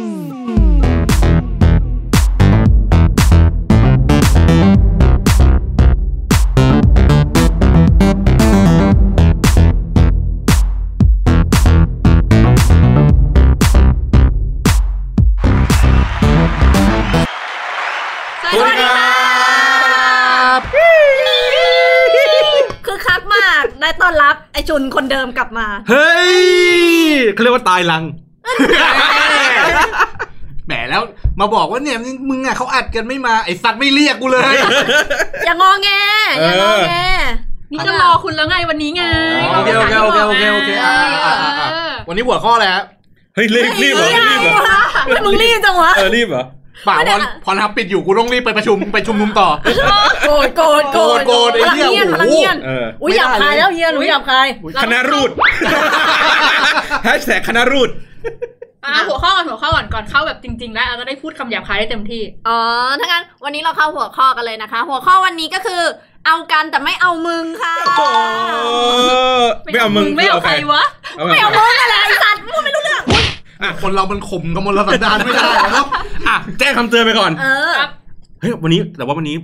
ง สวัสดีครับคือคักมากได้ต้อนรับไอชุนคนเดิมกลับมา เฮ้ยเขาเรียกว่าตายลัง แหมแล้วมาบอกว่าเนี่ยมึงอ่ะเขาอัดกันไม่มาไอสัตว์ไม่เรียกกูเลย อย่างอแงอย่างอแง นี่ก็รอคุณแล้วไงวันนี้ไง อ๋อโอเคโอเคโอเคโอเคโอเคอ่ะอ่ะอ่ะอ่ะ เออ วันนี้หัวข้อแล้ว เฮ้ยรีบรีบเหรอรีบเหรอ ไม่มึงรีบจังวะ เออรีบเหรอ ป่าว ไม่ได้ พอน อ่ะ พอนทับปิดอยู่กูต้องรีบไปประชุมไปชุมนุมต่อ โกรธโกรธโกรธ โกรธ พ ไอ้ ลัง เหี้ย เงียนพ โอ้ลังโหเงียน เออ อุ้ยหยาบคายแล้วเฮียหนูหยาบคาย คณะรูดแฮชแท็กคณะรูด อ่ะหัวข้อก่อนหัวข้อก่อนก่อนเข้าแบบจริง ๆ แล้วเราจะได้พูดคำหยาบคายได้เต็มที่ อ๋อถ้างั้นวันนี้เราเข้าหัวข้อกันเลยนะคะ หัวข้อวันนี้ก็คือ เอากันแต่ไม่เอามึงค่ะ โอ้ไม่เอามึง ไม่เอาใครวะ เอา ไม่ ใคร เอามึงอะไรไอ้สัตว์มึงไม่รู้เรื่อง อ่ะคนเรามันข่มกับมลสันดานไม่ได้นะครับ อ่ะแจ้งคำเตือนไปก่อน เออ เฮ้ยวันนี้แต่ว่าวันนี้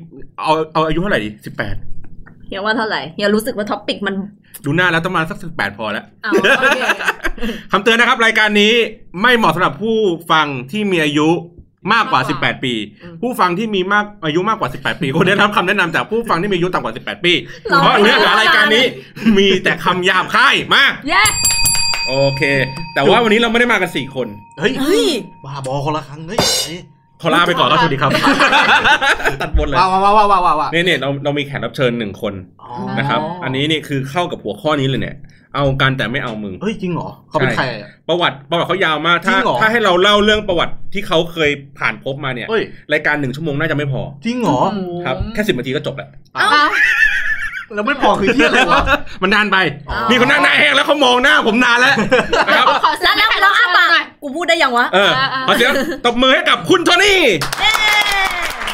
เอาเอาอายุเท่าไหร่ดีสิบแปด เฮียว่าเท่าไหร่เฮียรู้สึกว่าท็อปปิกมัน ดูหน้าแล้วต้องมาสักสิบแปดพอแล้ว เอาโอเค คำเตือนนะครับ รายการนี้ไม่เหมาะสำหรับผู้ฟังที่มีอายุมากกว่า มากกว่า 18 ปี อืม ผู้ฟังที่มีมากอายุมากกว่า 18 ปีควรได้รับคำแนะนำจากผู้ฟังที่มีอายุต่ำกว่า 18 ปี เพราะเนื้อหารายการนี้ มีแต่คำหยาบคายมาก เย้ โอเค แต่ว่าวันนี้เราไม่ได้มากัน 4 คน เฮ้ย เฮ้ย บ้าบอคนละครั้งเฮ้ยเฮ้ย ขอลาไปก่อนครับสวัสดีครับ ตัดบทเลย ว้าวว้าวว้าวว้าวว้าวว้าว เนี่ยเนี่ยเราเรามีแขกรับเชิญหนึ่งคน อ๋อ นะครับ อันนี้นี่คือเข้ากับหัวข้อนี้เลยเนี่ย เอากันแต่ไม่เอามึง เฮ้ยจริงเหรอเขาเป็น ใช่ ใครอ่ะ ประวัติประวัติเขายาวมากถ้า จริงเหรอ ถ้าให้เราเล่าเรื่องประวัติที่เขาเคยผ่านพบมาเนี่ย เฮ้ย รายการหนึ่งชั่วโมงน่าจะไม่พอ จริงเหรอ ครับแค่สิบนาทีก็จบแล้ว อ้าวแล้วไม่พอคือที่อะไรวะ มันนานไป อ๋อ มีคนนั่งหน้าแห้งแล้วเขามองหน้าผมนานแล้ว นะครับ ขอ แล้วแล้วแล้วอ้าปาก หน่อย กูพูดได้ยังวะ เอ อ อ่าๆ ขอเสียงตบมือให้กับคุณโทนี่ เย้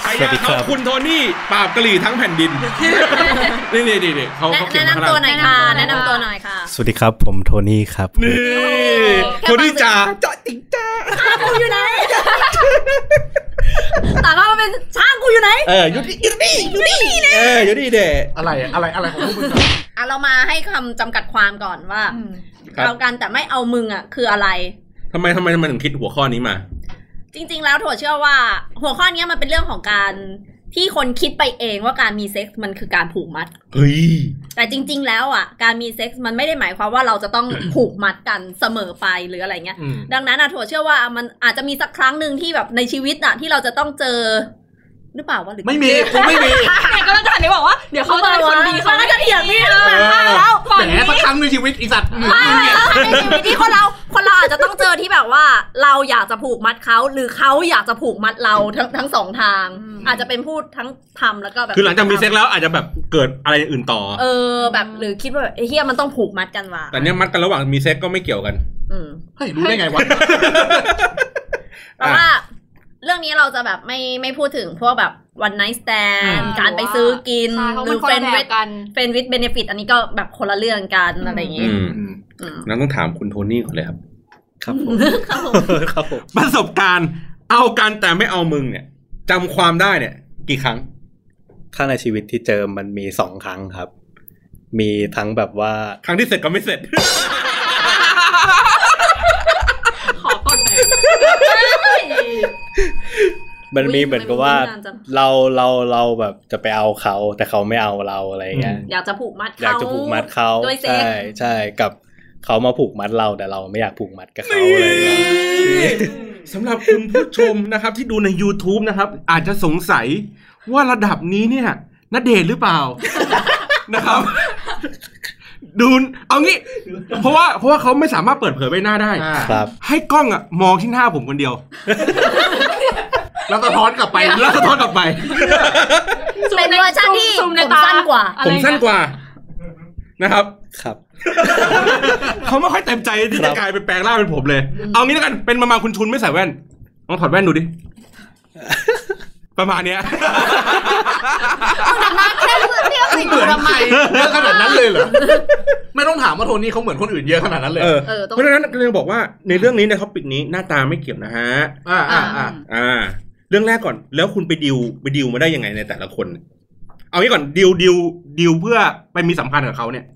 ฉายาเขาคุณโทนี่ปราบกะหรี่ทั้งแผ่น ดิน นี่นี่นี่นี่เขา แนะ เขาเขียน แนะ มาข้าง นำตัวหน่ ล่าง อยค่ะ แนะนำตัวหน่อย แนะนำตัวหน่อยค่ะ สวัสดีครับ ผมโทนี่ครับ นี่โทนี่จ๋าจ๋าติงจ๋า กูอยู่ไหนต่าง ว่ามันเป็นช้างกูอยู่ไหน เอออยู่นี่อยู่นี่อยู่นี่เอออยู่นี่เด็ อะไรอะอะไรอะไรของพวกมึงอะ อ่ะเรามาให้คำจำกัดความก่อนว่า ครับ เอากันแต่ไม่เอามึงอ่ะ คืออะไร ทำไมทำไมทำไมถึงคิดหัวข้อนี้มา จริง ๆ แล้วถั่วเชื่อว่า หัวข้อเนี้ยมันเป็นเรื่องของการที่คนคิดไปเองว่าการมีเซ็กซ์มันคือการผูกมัด เฮ้ย แต่จริง ๆ แล้วอ่ะ การมีเซ็กซ์มันไม่ได้หมายความว่าเราจะต้อง ผูกมัดกันเสมอไปหรืออะไรเงี้ย ดังนั้นอะถั่วเชื่อว่ามันอาจจะมีสักครั้งหนึ่งที่แบบในชีวิตอะที่เราจะต้องเจอ หรือเปล่าวะหรือ ไม่มีกูไม่มี เนี่ยก็จะหันไปบอกว่าเดี๋ยวเขาจะเป็นคนดี เขา เขา ก็จะเถียงพี่ แล้ แล้วว แห แห ละ ละ แล้วก่อน แหม นี้ สักครั้งในชีวิตไอีสัตว์มึงเนี่ย ในชีวิตที่คนเราคนเราอาจจะต้องเจอที่แบบว่า เราอยากจะผูกมัดเขาหรือเขาอยากจะผูกมัดเราทั้งทั้งสองทาง อาจจะเป็นพูดทั้งทำแล้วก็แบบ คือหลังจากมีเซ็กแล้วอาจจะแบบเกิดอะไรอย่างอื่นต่อ เออแบบหรือคิดว่าแบบไอ้เฮียมันต้องผูกมัดกันว่ะ แต่เนี้ยมัดกันระหว่างมีเซ็กก็ไม่เกี่ยวกัน อืม เฮ้ยรู้ได้ไงวะ แต่ว่าเรื่องนี้เราจะแบบไม่ไม่พูดถึงพวกแบบวันไนท์สแตน อ่า การไปซื้อกิน ใช่เขา ห เป็ รื น อ คน เฟร ละ นด์ แบ เว บ ท กัน เฟรนด์วิดเบเนฟิตอันนี้ก็แบบคนละเรื่องกัน อืม อะไรอย่าง อื งี้ ม อืม งั้นต้องถามคุณโทนี่ก่อนเลยครับ ครับผม ครับผม ครับผม ประสบการณ์เอากันแต่ไม่เอามึงเนี่ยจำความได้เนี่ย กี่ครั้ง ข้างในชีวิตที่เจอมันมีสองครั้งครับ มีทั้งแบบว่า ครั้งที่เสร็จก็ไม่เสร็จ ขอก่อนหน่อย มันมีเหมือนกับว่า เราเราเราแบบจะไปเอาเขา แต่เขาไม่เอาเราอะไรเงี้ย อืม อยากจะผูกมัดเขา อยากจะผูกมัดเขา ด้วยเซ็ก ใช่ใช่กับเขามาผูกมัดเราแต่เราไม่อยากผูกมัดกับเขาอะไรเงี้ย สำหรับคุณผู้ชมนะครับ ที่ดูใน YouTube นะครับ อาจจะสงสัยว่าระดับนี้เนี่ยนเดชน์หรือเปล่า นะครับ ดูเอางี้ เพราะว่าเพราะว่าเขาไม่สามารถเปิดเผยใบหน้าได้ อ่า ครับ ให้กล้องอะมองที่หน้าผมคนเดียว แล้วสะท้อนกลับไป ไปแล้วสะท้อนกลับไป เป็นเวอร์ชันที่ ซูใ ผมสั้นกว่า อะไร ผมสั้นกว่านะครับ ครับ เขาไม่ค่อยเต็มใจที่ ครั จะ บ กลายเป็นแปลงร่างเป็นผมเลย เอางี้แล้วกันเป็นประมาณคุณชุนไม่ใส่แว่นลองถอดแว่นดูดิ ประมาณเนี้ย เหมือนใครเยอะขนาดนั้นเลยเหรอ ไม่ต้องถามว่าโทนี่เขาเหมือนคนอื่นเยอะขนาดนั้นเลย เออ เออต้อง เพราะฉะนั้นก็เลยบอกว่าในเรื่องนี้ในท็อปิกนี้หน้าตาไม่เกี่ยวนะฮะ อ่าอ่าอ่า อ่า เรื่องแรกก่อน แล้วคุณไปดิวไปดิวมาได้ยังไงในแต่ละคน เอางี้ก่อนดิวดิวดิวเพื่อไปมีสัมพันธ์กับเขาเนี่ย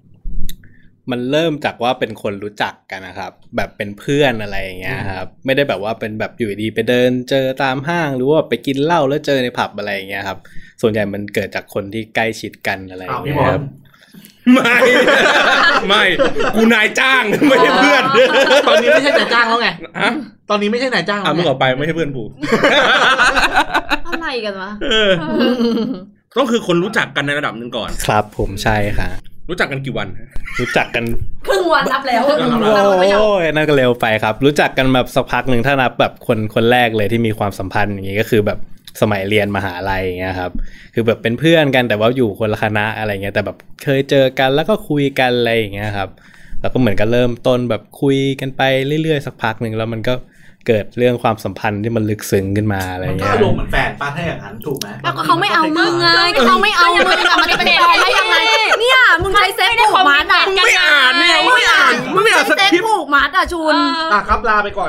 มันเริ่มจากว่าเป็นคนรู้จักกันนะครับ แบบเป็นเพื่อนอะไรอย่างเงี้ยครับ ไม่ได้แบบว่าเป็นแบบอยู่ดีไปเดิน เจอตามห้างหรือว่าไปกินเหล้าแล้วเจอในผับอะไรอย่างเงี้ยครับ ส่วนใหญ่มันเกิดจากคนที่ใกล้ชิดกันอะไรอย่างเงี้ยครับ ไม่ ไม่กูนายจ้าง ไม่ใช่เพื่อน ตอนนี้ไม่ใช่นายจ้างแล้วไง ฮะ ตอนนี้ไม่ใช่นายจ้าง อ่ะ แล้ว มึ ไง งออกไปไม่ใช่เพื่อนกู อะไรกันวะ เออ ต้องคือคนรู้จักกันในระดับหนึ่งก่อน ครับผมใช่ค่ะ รู้จักกันกี่วัน รู้จักกัน ครึ่งวันนับแล้ว ครึ่งวัน โอ้ยนั่นก็เร็วไปครับ รู้จักกันแบบสักพักหนึ่งถ้านับแบบคนคนแรกเลยที่มีความสัมพันธ์อย่างนี้ก็คือแบบสมัยเรียนมหาลัยอย่างเงี้ยครับคือแบบเป็นเพื่อนกันแต่ว่าอยู่คนละคณะอะไรเงี้ยแต่แบบเคยเจอกันแล้วก็คุยกันอะไรอย่างเงี้ยครับแล้วก็เหมือนก็เริ่มต้นแบบคุยกันไปเรื่อยๆสักพักหนึ่งแล้วมันก็เกิดเรื่องความสัมพันธ์ที่มันลึกซึ้งขึ้นมาอะไร มันก็ เงี้ย อารมณ์เหมือนแฟนป้าถ้าอย่างนั้นถูกไหม แล้วก็เขาไม่เอามึงไงก็เขาไม่เอามึงกลับมาเป็นแฟนได้ยังไงเนี่ยมึงใช้เซฟผูกมัดอ่ะ ไม่ได้คอมเมนต์กัน ไม่อ่านมึงไม่อ่านสคใช้เซ ริ ฟ ปต์ ผูกมัดอ่ะชุน อ่ะครับลาไปก่อน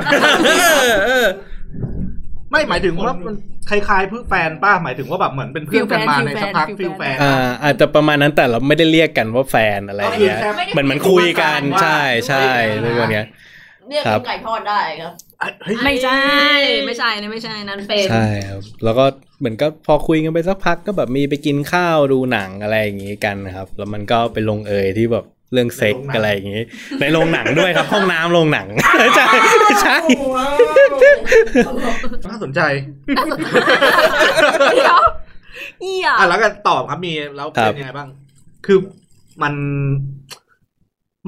เออ ไม่หมายถึงว่า ว่า มั มัน น คล้ายๆเพื่อนแฟนป้าหมายถึงว่าแบบเหมือนเป็นเพื่อนกันมาในสักพักฟิลแฟน อ่าอาจจะประมาณนั้นแต่เราไม่ได้เรียกกันว่าแฟนอะไรอย่างเงี้ยเหมือนเหมือนคุยกันใช่ใช่เรื่องพวกเนี้ย เรียก ครับ ไก่ทอดได้ครับ เฮ้ย ไม่ใช่ไม่ใช่นะไม่ใช่นั้นเป็น ใช่ครับ แล้วก็เหมือนก็พอคุยกันไปสักพักก็แบบมีไปกินข้าวดูหนังอะไรอย่างงี้กันนะครับ แล้วมันก็ไปลงเอยที่แบบเรื่องเซ็กส์อะไรอย่างงี้ ในโรงหนังด้วยครับ ห้องน้ำโรงหนัง ใช่ใช่ น่าสนใจ เดี๋ยวเหี้ย อ่ะแล้วก็ตอบครับมีแล้ว ครั เป็ บ นยังไงบ้าง คือมัน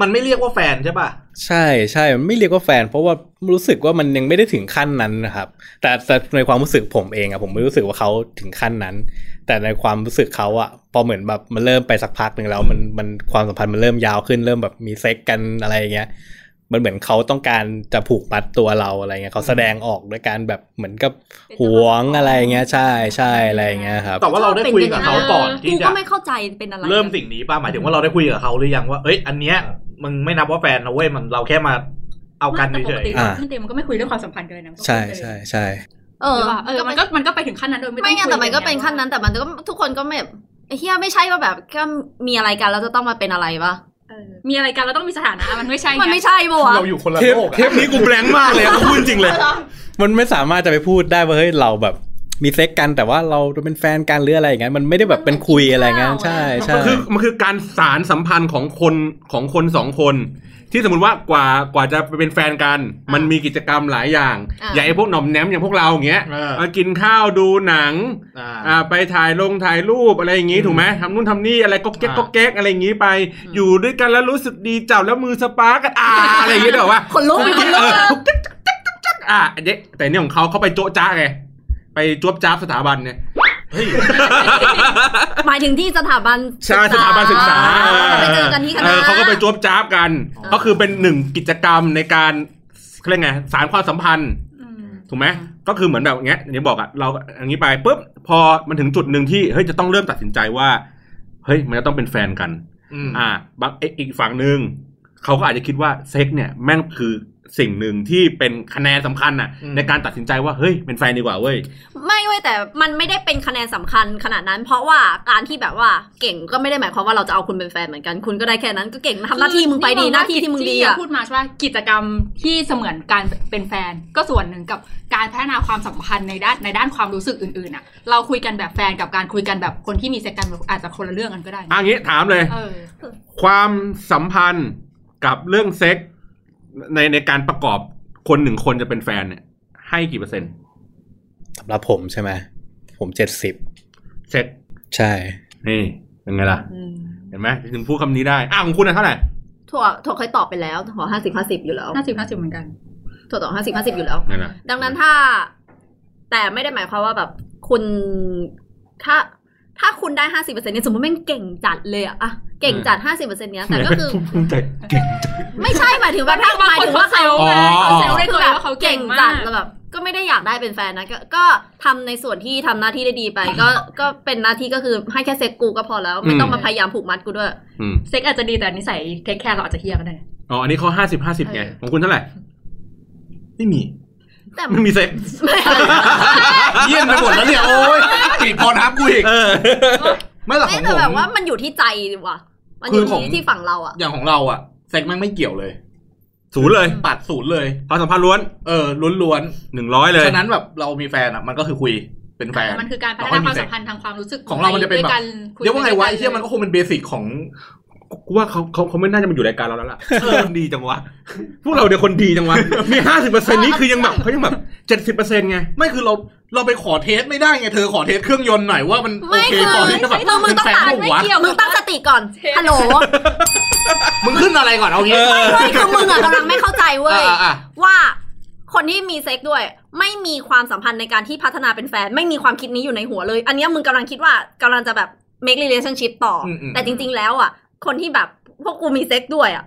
มันไม่เรียกว่าแฟนใช่ป่ะ ใช่ใช่มันไม่เรียกว่าแฟน เพราะว่ารู้สึกว่ามันยังไม่ได้ถึงขั้นนั้นนะครับ แต่แต่ในความรู้สึกผมเองอะผมไม่รู้สึกว่าเขาถึงขั้นนั้น แต่ในความรู้สึกเขาอะพอเหมือนแบบมันเริ่มไปสักพักหนึ่งแล้วมันมันความสัมพันธ์มันเริ่มยาวขึ้นเริ่มแบบมีเซ็กกันอะไรอย่างเงี้ย มันเหมือนเขาต้องการจะผูกมัดตัวเราอะไรเงี้ยเขาแสดงออกด้วยการแบบเหมือนกับหวงอะไรเงี้ยใช่ใช่อะไรเงี้ยครับ แต่ว่าเราได้คุยกับเขาก่อนที่ กู จะ ก็ไม่เข้าใจเป็นอะไร เริ่มสิ่งนี้ป่ะหมายถึงว่าเราได้คุยกับเขาหรือยังว่า เอ้ย อันเนี้ยมึงไม่นับว่าแฟนนะเว้ยมันเราแค่มาเอากัน แต่ป เฉ ก ย ติ อ่า เพื่อนเต็มมันก็ไม่คุยเรื่องความสัมพันธ์กันเลยนะ ใช่ใช่ใช่ เออ เออมันก็มันก็ไปถึงขั้นนั้นโดยไม่ต้อง ไม่ไงแต่มันก็ คุย เป็นขั้นนั้นแต่มันก็ทุกคนก็ไม่ไอ้เฮียไม่ใช่ว่าแบบแค่มีอะไรกันแล้วจะต้องมาเป็นอะไรปะ เออมีอะไรกันเราต้องมีสถานะมันไม่ใช่ง มันไม่ใช่ปะวะ ๆเราอยู่คนละ เทป โลก เทปนี้กูแบงค์มากเลยอะพูดจริงเลย มันไม่สามารถจะไปพูดได้ว่าเฮ้ยเราแบบมีเซ็กกันแต่ว่าเราเป็นแฟนกันหรืออะไรอย่างเงี้ยมันไม่ได้แบบเป็นคุยอะไรเงี้ยใช่ใช่ มันคือมันคือการสารสัมพันธ์ของคนของคนสองคน ที่สมมติว่ากว่ากว่าจะไปเป็นแฟนกัน มันมีกิจกรรมหลายอย่าง ะ อย่างไอ้พวกหน่อมแนมอย่างพวกเราอย่างเงี้ย เออ มากินข้าวดูหนัง อ่า อ่าไปถ่ายลงถ่ายรูปอะไรอย่างงี้ถูกไหมทำนู่นทำนี่อะไรก็เก๊ก อ่า ก็เก๊กอะไรอย่างงี้ไป อยู่ด้วยกันแล้วรู้สึกดีจับแล้วมือสปาร์กกันอ่าอะไรอย่างเงี้ยเดี๋ยวว่า คนลุกเป็นคนลุกเลย อ่าเด็กแต่เนี่ยของเขาเขาไปโจ๊ะจ้าไงไปจวบจ้าบสถาบันเนี่ย หมายถึงที่สถาบัน ใช่สถาบันศึกษา เขาไปเจอกันที่ค เอ ณะ อเขาก็ไปจวบจ้าบกัน ก็คือเป็นหนึ่งกิจกรรมในการเขาเรียกไงสารความสัมพันธ์ อืม ถูกไหมก็คือเหมือนแบบอย่างเงี้ยอย่างที่บอกอะเราอย่างนี้ไปปุ๊บพอมันถึงจุดหนึ่งที่เฮ้ยจะต้องเริ่มตัดสินใจว่า เฮ้ยมันจะต้องเป็นแฟนกัน อืม อ่าบางไอ้อีกฝั่งหนึ่งเขาก็อาจจะคิดว่าเซ็กเนี่ยแม่งคือสิ่งหนึ่งที่เป็นคะแนนสำคัญอะในการตัดสินใจว่าเฮ้ยเป็นแฟนดีกว่าเว้ย ไม่เว้ยแต่มันไม่ได้เป็นคะแนนสำคัญขนาดนั้น เพราะว่าการที่แบบว่าเก่งก็ไม่ได้หมายความว่าเราจะเอาคุณเป็นแฟนเหมือนกัน คุณก็ได้แค่นั้นก็เก่งทำหน้าที่มึงไปดีหน้าที่ที่มึงดีอะ พูดมาใช่ว่ากิจกรรมที่เสมือนการเป็นแฟน ก็ส่วนหนึ่งกับการพัฒนาความสัมพันธ์ในด้านในด้านความรู้สึกอื่นๆอ่ะ เราคุยกันแบบแฟนกับการคุยกันแบบคนที่มีเซ็กกันอาจจะคนละเรื่องกันก็ได้นะ อันนี้ถามเลย เออ ความสัมพันธ์กับเรื่องเซ็กส์ในในการประกอบคนหนึ่งคนจะเป็นแฟนเนี่ย ให้กี่เปอร์เซ็นต์ สำหรับผมใช่ไหมผมเจ็ดสิบ เสร็จ ใช่ นี่ยังไงล่ะ เห็นไหมถึงพูดคำนี้ได้อ่ะของคุณนะเท่าไหร่ ถั่วถั่วเคยตอบไปแล้วถั่วห้าสิบห้าสิบอยู่แล้ว ห้าสิบห้าสิบเหมือนกัน ถั่วตอบห้าสิบห้าสิบอยู่แล้ว ไงล่ะ ดังนั้นถ้า แต่ไม่ได้หมายความว่าแบบคุณถ้าถ้าคุณได้ห้าสิบเปอร์เซ็นต์เนี่ยสมมติแม่งเก่งจัดเลยอะอะเก่งจัดห้าสิบเปอร์เซ็นต์เนี้ยแต่ก็ คือ ภูมิใจเก่งจัง ไม่ใช่หมายถึงว่าถ้าหมายถึงว่าเขา อ๋อ เขาเซลล์ ได้ ได้ เล คือย แบบ ว่าเขา เก่ เก่ ง ง จั มา ด ก แล้วแบบ ก็ไม่ได้อยากได้เป็นแฟนนะก็ก็ทำในส่วนที่ทำหน้าที่ได้ดีไป ก็ก็เป็นหน้าที่ก็คือให้แค่เซ็กกูก็พอแล้ว ไม่ต้องมาพยายามผูกมัดกูด้วย อืม เซ็กอาจจะดีแต่นิสัยเทคแคร์เราอาจจะเฮี้ยก็ได้ อ๋ออันนี้เขาห้าสิบห้าสิบไงของคุณเท่าไหร่ ไม่มี แต่ ไม่มีเซ็ก ไม่ เยี่ยนไปหมดแล้วเนี่ยโอ้ยติดพอน้ำกูอีก เออ ไม่หรอกข ไม่ องผ แต่แบบ ม ว่ามันอยู่ที่ใจว่ะ มันอยู่ คือของ ที่ที่ฝั่งเราอ่ะ อย่างของเราอะเซ็กแม่งไม่เกี่ยวเลย ศูนย์เลย ปัดศูนย์เลย ความสัมพันธ์ล้วน เออล้วน หนึ่งร้อยเล ๆ ย ฉะนั้นแบบเรามีแฟนอะมันก็คือคุยเป็นแฟน มันคือการพัฒ เรา นา ไม่ ค มี วาม เซ็ก สัมพันธ์ทางความรู้สึก ของเรามันจะเป็นแบบ ด้กัคุ เรียกว่าไงวะ ด้ ไอ้เชี่ยมันก็คงเป็นเบสิกของ กูว่าเขาเขาเขาไม่น่าจะมาอยู่รายการเราแล้วล่ะคนดีจังวะ พวกเราเดี๋ยวคนดีจังวะ มีห้าสิบเปอร์เซ็นต์นี้คือยังแบบเขายังแบบเจ็ดสิบเปอร์เซ็นต์ไง ไม่คือเราเราไปขอเทสไม่ได้ไงเธอขอเทสเครื่องยนต์หน่อยว่ามันโอ ไม่ เค คือ พอที่จะแบบ ต้องมือต้อง เป็นแฟ ตาน ด หมู ไม่ วะ เกี่ยวมึงตั้งสติก่อนฮัลโหล มึงขึ้นอะไรก่อนเอางี้ ไม่คือมึงอ่ะกำลังไม่เข้าใจเว้ย อ่ะอ่ะอ่ะ ว่าคนที่มีเซ็กด้วย ไม่มีความสัมพันธ์ในการที่พัฒนาเป็นแฟน ไม่มีความคิดนี้อยู่ในหัวเลย อันเนี้ยมึงกำลังคิดว่ากำลังจะแบบ make relationship ต่ออ มอืม แต่จริงๆแล้วอ่ะ คนที่แบบพวกกูมีเซ็กด้วยอ่ะ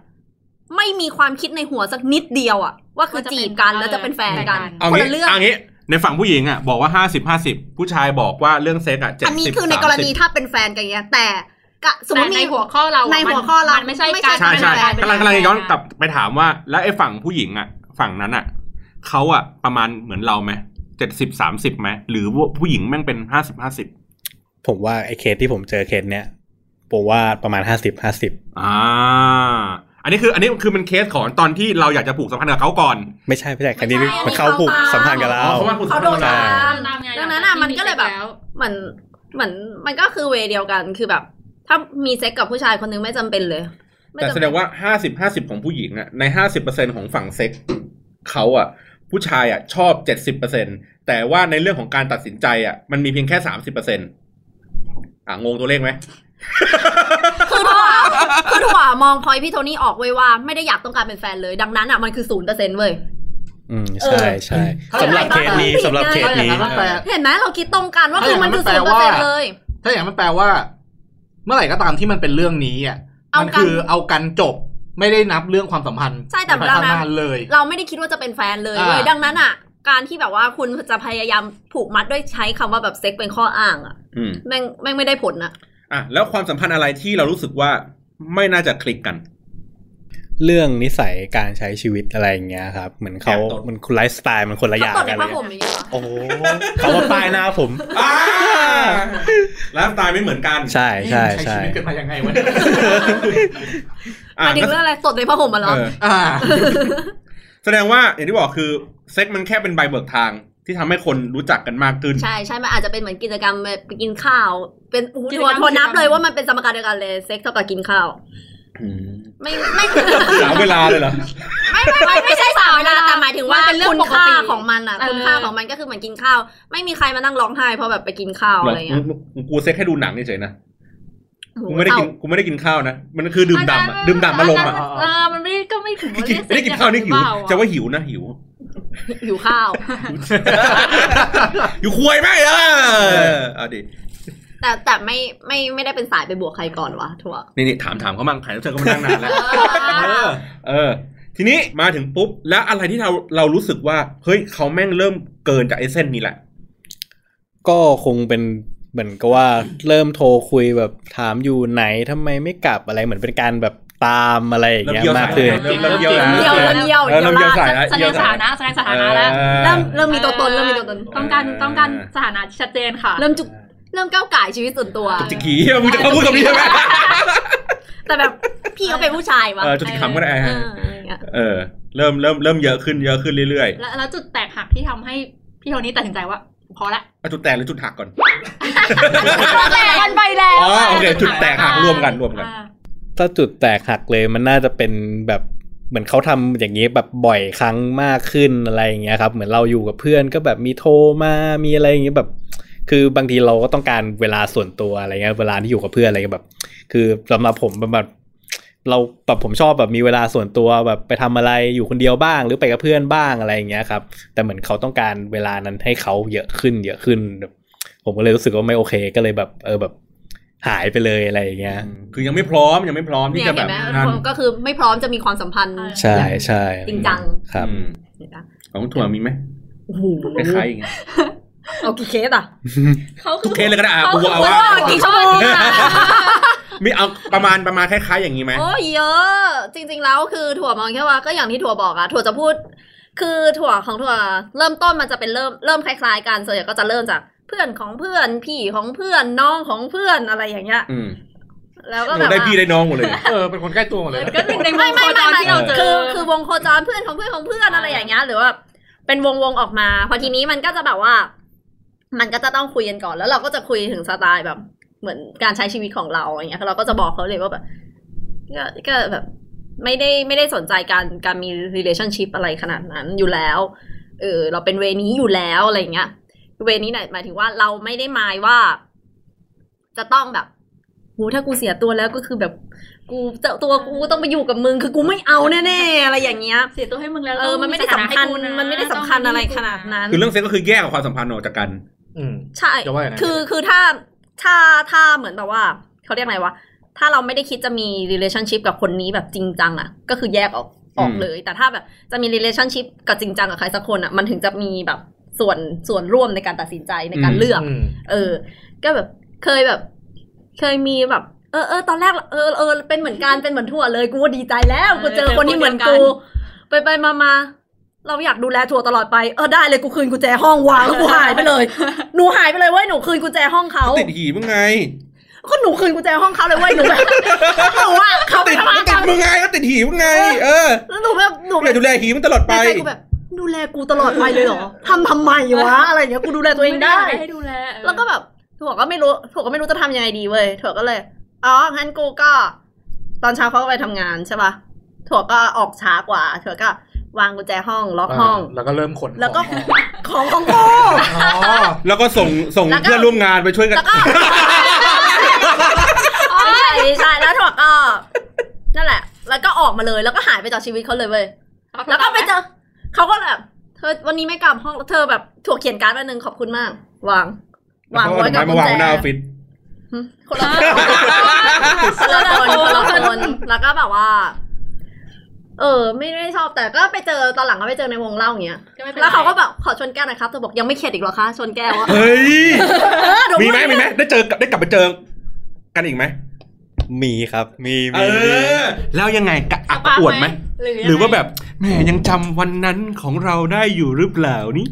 ไม่มีความคิดในหัวสักนิดเดียวอ่ะ ว่าคือจีบกันแล้วจะเป็นแฟนกัน เอา คน งี้ ละเรื่อง เอางี้ ในฝั่งผู้หญิงอ่ะบอกว่าห้าสิบห้าสิบผู้ชายบอกว่าเรื่องเซ็กอ่ะเจ็ด อันนี้ สิบ คือในกรณีถ้าเป็นแฟนกันเนี้ยแต่ก็สมม แต่ ติ ใน มี หัวข้อเราอะ ในหัวข้อเรา นไม่ใช่ ไม่ใช่ การ ใช่ใช่ เป็นกำแฟนลังกำลังย้อนกลับไปถามว่า แล้วไอ้ฝั่งผู้หญิงอ่ะ ฝั่งนั้นอ่ะเขาอ่ะประมาณเหมือนเราไหมเจ็ดสิบสามสิบไหมหรือว่าผู้หญิงแม่งเป็นห้าสิบห้าสิบ ผมว่าไอ้เคสที่ผมเจอเคสเนี้ยผมว่าประมาณห้าสิบห้าสิบ อ่า อันนี้คืออันนี้คือมันเคสของตอนที่เราอยากจะผูกสัมพันธ์กับเขาก่อน ไม่ใช่ไม่ใช่คันนี้ ไม่ใช่ มันเข้าผูก อันนี้เข้า สัมพันธ์กับเรา อ๋อเข้ามาผูก เขาโดนตา ใช่ ม ตามไ ดังนั้นอะมันก็เลยแบบ เหมือนเหมือนมันก็คือเวย์เดียวกันคือแบบ ถ้ามีเซ็กกับผู้ชายคนนึงไม่จำเป็นเลยไม่ แต่ จำ แส เป็น ดงว่าห้าสิบห้าสิบของผู้หญิงอ่ะในห้าสิบเปอร์เซ็นของฝั่งเซ็กเขาอ่ะ ผู้ชายอ่ะ ชอบเจ็ดสิบเปอร์เซ็นแต่ว่าในเรื่องของการตัดสินใจอ่ะ มันมีเพียงแค่สามสิบเปอร์เซ็นอ่ะ งงตัวเลขไหม คือถั่วคือถั่วมองพอยพี่โทนี่ออกเว้ยว่าไม่ได้อยากต้องการเป็นแฟนเลย ดังนั้นอ่ะมันคือศูนย์เปอร์เซ็นต์เว้ย อืมใช่ใช่สำหรับเคสนี้สำหรับเคส ถ้าอย่าง นี้ นั้นมันแปล เห็นไหมเราคิดตรงกันว่า เออ คือมันคือศูนย์เปอมันแปลร์ว่าเซ็นต์เลย ถ้าอย่างนั้นมันแปลว่า เมื่อไหร่ก็ตามที่มันเป็นเรื่องนี้อ่ะ เอากั มัน คือเอากันจบไม่ได้นับเรื่องความสัมพันธ์ ใช่แต่ ไม่ ดัง ทำ นั้น งานเลย เราไม่ได้คิดว่าจะเป็นแฟนเลย อ่า เว้ยดังนั้นอ่ะ การที่แบบว่าคุณจะพยายามผูกมัดด้วยใช้คำว่าแบบเซ็กเป็นข้ออ้างอ่ะ อืม แม่งแม่งไม่ได้ผลนะ อ่ะ แล้วความสัมพันธ์อะไรที่เรารู้สึกว่าไม่น่าจะคลิก กัน เรื่องนิสัยการใช้ชีวิตอะไรอย่างเงี้ยครับ เหมือนเขา แบบตด มันคุณไลฟ์สไตล์มันคนละอย่าง ตด กั ใน นเล ผ้าย ห่มอย่างเงี้ยเหรอ โอ้โหเขามาป้ายหน้าผม ไลฟ์สไตล์ไม่เหมือนกัน ใช่ใช่ใช่ นี่มันชีวิตกันมายังไงวะ หมายถึงเรื่องอะไรตดในผ้าห่มมาหรอ เออ อ่า แสดงว่าอย่างที่บอกคือเซ็กมันแค่เป็นใบเบิกทางที่ทำให้คนรู้จักกันมากขึ้น ใช่ใช่ มันอาจจะเป็นเหมือนกิจกรรมแบบไปกินข้าว เป็นโอ้โห กิจ โท กรรม โทนับเลยว่ามันเป็นสมการเดียวกันเลยเซ็กเท่ากับกินข้าว ไม่ไม่ สามเวลา เลยเหรอ ไม่ไม่ไม่ไม่ใช่สามเวลาแต่หมายถึงว่า มันเป็นเรื่อง คุณ ปก ค่า ติ ของมันอ่ะ เออ คุณค่าของมันก็คือเหมือนกินข้าว ไม่มีใครมานั่งร้องไห้เพราะแบบไปกินข้าวอะไรเงี้ย กูกูเซ็กให้ดูหนังเฉยๆนะ โอ้โห กูไม่ได้กิน กูไม่ได้กินข้าวนะ มันคือดื่มด่ำอะดื่มด่ำมาลงอ่ะ เออมันไม่ก็ไม่ถึงว่า กิน เรีย ไม่ได้กินข้าวนี่หิว จะว่าหิวนะหิว หิวข้าว อยู่ควยไหมเออเอาดิ แต่แต่ไม่ไม่ไม่ได้เป็นสายไปบวกใครก่อนวะทั่ว นี่นี่ถามถามเขามั่งใครรับเชิญก็มานั่งนานแล้ว เออ เออ ทีนี้มาถึงปุ๊บ แล้วอะไรที่เราเรารู้สึกว่า เฮ้ยเขาแม่งเริ่มเกินจากไอ้เส้นนี้แหละ ก็คงเป็นเหมือนกับว่าเริ่มโทรคุยแบบถามอยู่ไหนทำไมไม่กลับอะไรเหมือนเป็นการแบบตามอะไรอย่างเงี้ย เริ่มเยอะ มากขึ้น สายแล้ว ริ่มเยอะแล้วเออเดียวเดียวเดียวเริ่มเย ลา อะ ด สายแล้ว แสด เยอะสางสถาย นะแสดงสถานะแล้ว เริ่มเริ่มมีตัวตนเริ่มมีตัวตน ต้องการต้องการสถานะที่ชัดเจนค่ะ เริ่มจุกเริ่มก้าวก่ายชีวิตส่วนตัว จุกจิกขี้มึงจะเข้าพูดคำนี้ใช่ไหม แต่แบบพี่เขาเป็นผู้ชายวะ เออจุกจิกขำก็ได้ เอ ฮะ ออะไรเงี้ย เออ เริ่มเริ่มเริ่มเยอะขึ้นเยอะขึ้นเรื่อย แล้วแล้วจุดแตกหักที่ทำให้พี่โทนี่ตัดสินใจว่า พอละ ๆเอาจุดแตกหรือจุดหักก่อน แตกกันไปแล้ว อ๋อโอเคจุดแตกหักรวมกันรวมกัน อ่า ถ้าจุดแตกหักเลยมันน่าจะเป็นแบบเหมือนเขาทำอย่างนี้แบบบ่อยครั้งมากขึ้นอะไรอย่างเงี้ยครับ เหมือนเราอยู่กับเพื่อนก็แบบมีโทรมามีอะไรอย่างเงี้ยแบบ คือบางทีเราก็ต้องการเวลาส่วนตัวอะไรเงี้ยเวลาที่อยู่กับเพื่อนอะไรเงี้ยแบบ คือสำหรับผมมันแบบเราแบบผมชอบแบบมีเวลาส่วนตัวแบบไปทำอะไรอยู่คนเดียวบ้าง หรือไปกับเพื่อนบ้างอะไรอย่างเงี้ยครับ แต่เหมือนเขาต้องการเวลานั้นให้เขาเยอะขึ้น เยอะขึ้นแบบผมก็เลยรู้สึกว่าไม่โอเคก็เลยแบบเออแบบหายไปเลยอะไรอย่างเงี้ย คือยังไม่พร้อมยังไม่พร้อมที่ เนี่ย จะแบ เห็น บ ไหม นั่น ก็คือไม่พร้อมจะมีความสัมพันธ์ ใช่ใช่ จริงจัง ครับ อืมของถั่วมีไหม โอ้โห ไปขายอย่างเงี้ย เอากี่เคสอ่ะเขาคื ทุ อก เทสเลยก็ได้อ่ะ เขา กู คือ เอา คน ว่า ว่ากี่ชั่วโมงอะ มีเอาประมาณประมาณคล้ายๆอย่างนี้ไหม โอ้ยเยอะจริง ๆ แล้วคือถั่วมองแค่ว่าก็อย่างที่ถั่วบอกอะถั่วจะพูด คือถั่วของถั่วเริ่มต้นมันจะเป็นเริ่มเริ่มคล้าย ๆ กันส่วนใหญ่ก็จะเริ่มจากเพื่อนของเพื่อนพี่ของเพื่อนน้องของเพื่อนอะไรอย่างเงี้ย อืม แล้วก็แบบ ได้ ว่า พี่ได้น้องหมดเลย เออเป็นคนใกล้ตัวหมดเลย ก็เป็นในวงโคจรที่เราเจอ คือคือวงโคจรเพื่อนของเพื่อนของเพื่อน ใช่ อะไรอย่างเงี้ยหรือว่าเป็นวงวงออกมาพอทีนี้มันก็จะแบบว่า มันก็จะต้องคุยกันก่อน แล้วเราก็จะคุยถึงสไตล์แบบ เหมือนการใช้ชีวิตของเราอย่างเงี้ยเราก็จะบอกเขาเลยว่าแบบก็ก็แบบไม่ได้ไม่ได้สนใจการการมี relationship อะไรขนาดนั้นอยู่แล้วเออเราเป็นเวนี้อยู่แล้วอะไรอย่างเงี้ย เวนี้เนี่ยหมายถึงว่าเราไม่ได้หมายว่า จะต้องแบบหูถ้ากูเสียตัวแล้วก็คือแบบกูเจะตัวกูต้องไปอยู่กับมึง คือกูไม่เอาแน่ๆอะไรอย่างเงี้ย เสียตัวให้มึงแล้ว เออมันไม่ได้สำคัญมันไม่ได้สำคัญอะไรขนาดนั้น คือเรื่องเซ็กก็คือแยกกับความสัมพันธ์ออกจากกัน อืม ใช่ จะว่าอย่างนั้น คือคือถ้าถ้าถ้าเหมือนแบบว่าเขาเรียกไงวะถ้าเราไม่ได้คิดจะมี relationship กับคนนี้แบบจริงจังอ่ะ ก็คือแยกออกออก อืม เลย แต่ถ้าแบบจะมี relationship กับจริงจังกับใครสักคนอ่ะ มันถึงจะมีแบบส่วนส่วนร่วมในการตัดสินใจในการเลือก อืม เออ ก็แบบเคยแบบ เคยมีแบบ เออเออตอนแรกเออเออเป็นเหมือนกันเป็นเหมือนถั่วเลยกูว่าดีใจแล้วกูเจอคนที่เหมือนกูไปไปมามาเราอยากดูแลถั่วตลอดไปเออได้เลยกูคืนกุญแจห้องวางแล้วกูหายไปเลย หนูหายไปเลยเว้ยหนูคืนกุญแจห้องเขา ติดหีมึงไง ก็หนูคืนกุญแจห้องเขาเลยเว้ยหนู แบบหนูอ่ะเขาไป ติดติทำงานกั ด น มึงไงก็ติดหีมึงไง เออ แล้วหนูแบบหนู กูอ แบ ยา บ กดูแลหีมึงตลอด ใน ไป ใจกูแบบ ดูแลกูตลอดไปเลยเหรอทำทำไมวะอะไรอย่างเงี้ยกูดูแลตัวเองได้ ให้ดูแลเออ แล้วก็แบบถั่วก็ไม่รู้ถั่วก็ไม่รู้จะทำยังไงดีเว้ยถั่วก็เลยอ๋องั้นกูก็ ตอนเช้าเขาก็ไปทำงานใช่ปะถั่วก็ออกช้ากว่าถั่วก็วางกุญแจห้องล็อกห้อง แล้วก็เริ่มขน แล้วก็ ขอของงของกู อ๋อ แล้วก็ส่งส่ง แล้วก็ เพื่อนร่วมงานไปช่วยกัน แล้วก็ ไม่ใช่ไม่ใช่แล้วถั่วก็ นั่นแหละ แล้วก็ออกมาเลยแล้วก็หายไปจากชีวิตเขาเลยเว้ย แล้วก็ไปเจอเขาก็แบบ เธอวันนี้ไม่กลับห้องเธอแบบถั่วเขียนการ์ดอันหนึงขอบคุณมาก วาง แล้ว วาง เขา ไว้ เอาด กั อบ กไม้ กุ มาวางญแจ หน้าออฟฟิศ คนละคนคนละคนคนละคนแล้วก็แบบว่า เออ ไม่ได้ชอบแต่ก็ไปเจอตอนหลังก็ไปเจอในวงเล่าอย่างเงี้ย ก็ไม่ป็นไร แล้วเขาก็แบบขอชนแก้วหน่อยครับเธอบอกยังไม่เข็ดอีกเหรอคะชนแก้วอะ เฮ้ย เออเดี๋ยว มีไหม พูด มีไหมได้เจอกับได้กลับไปเจอกันอีกไหม มีครับ มี เอ มี อ แล้วยังไงกะอัก ปาก อวดไหม ห หรื รือ อว่าว่าแบ แบบ บแหมยังจำวันนั้นของเราได้อยู่หรือเปล่านี่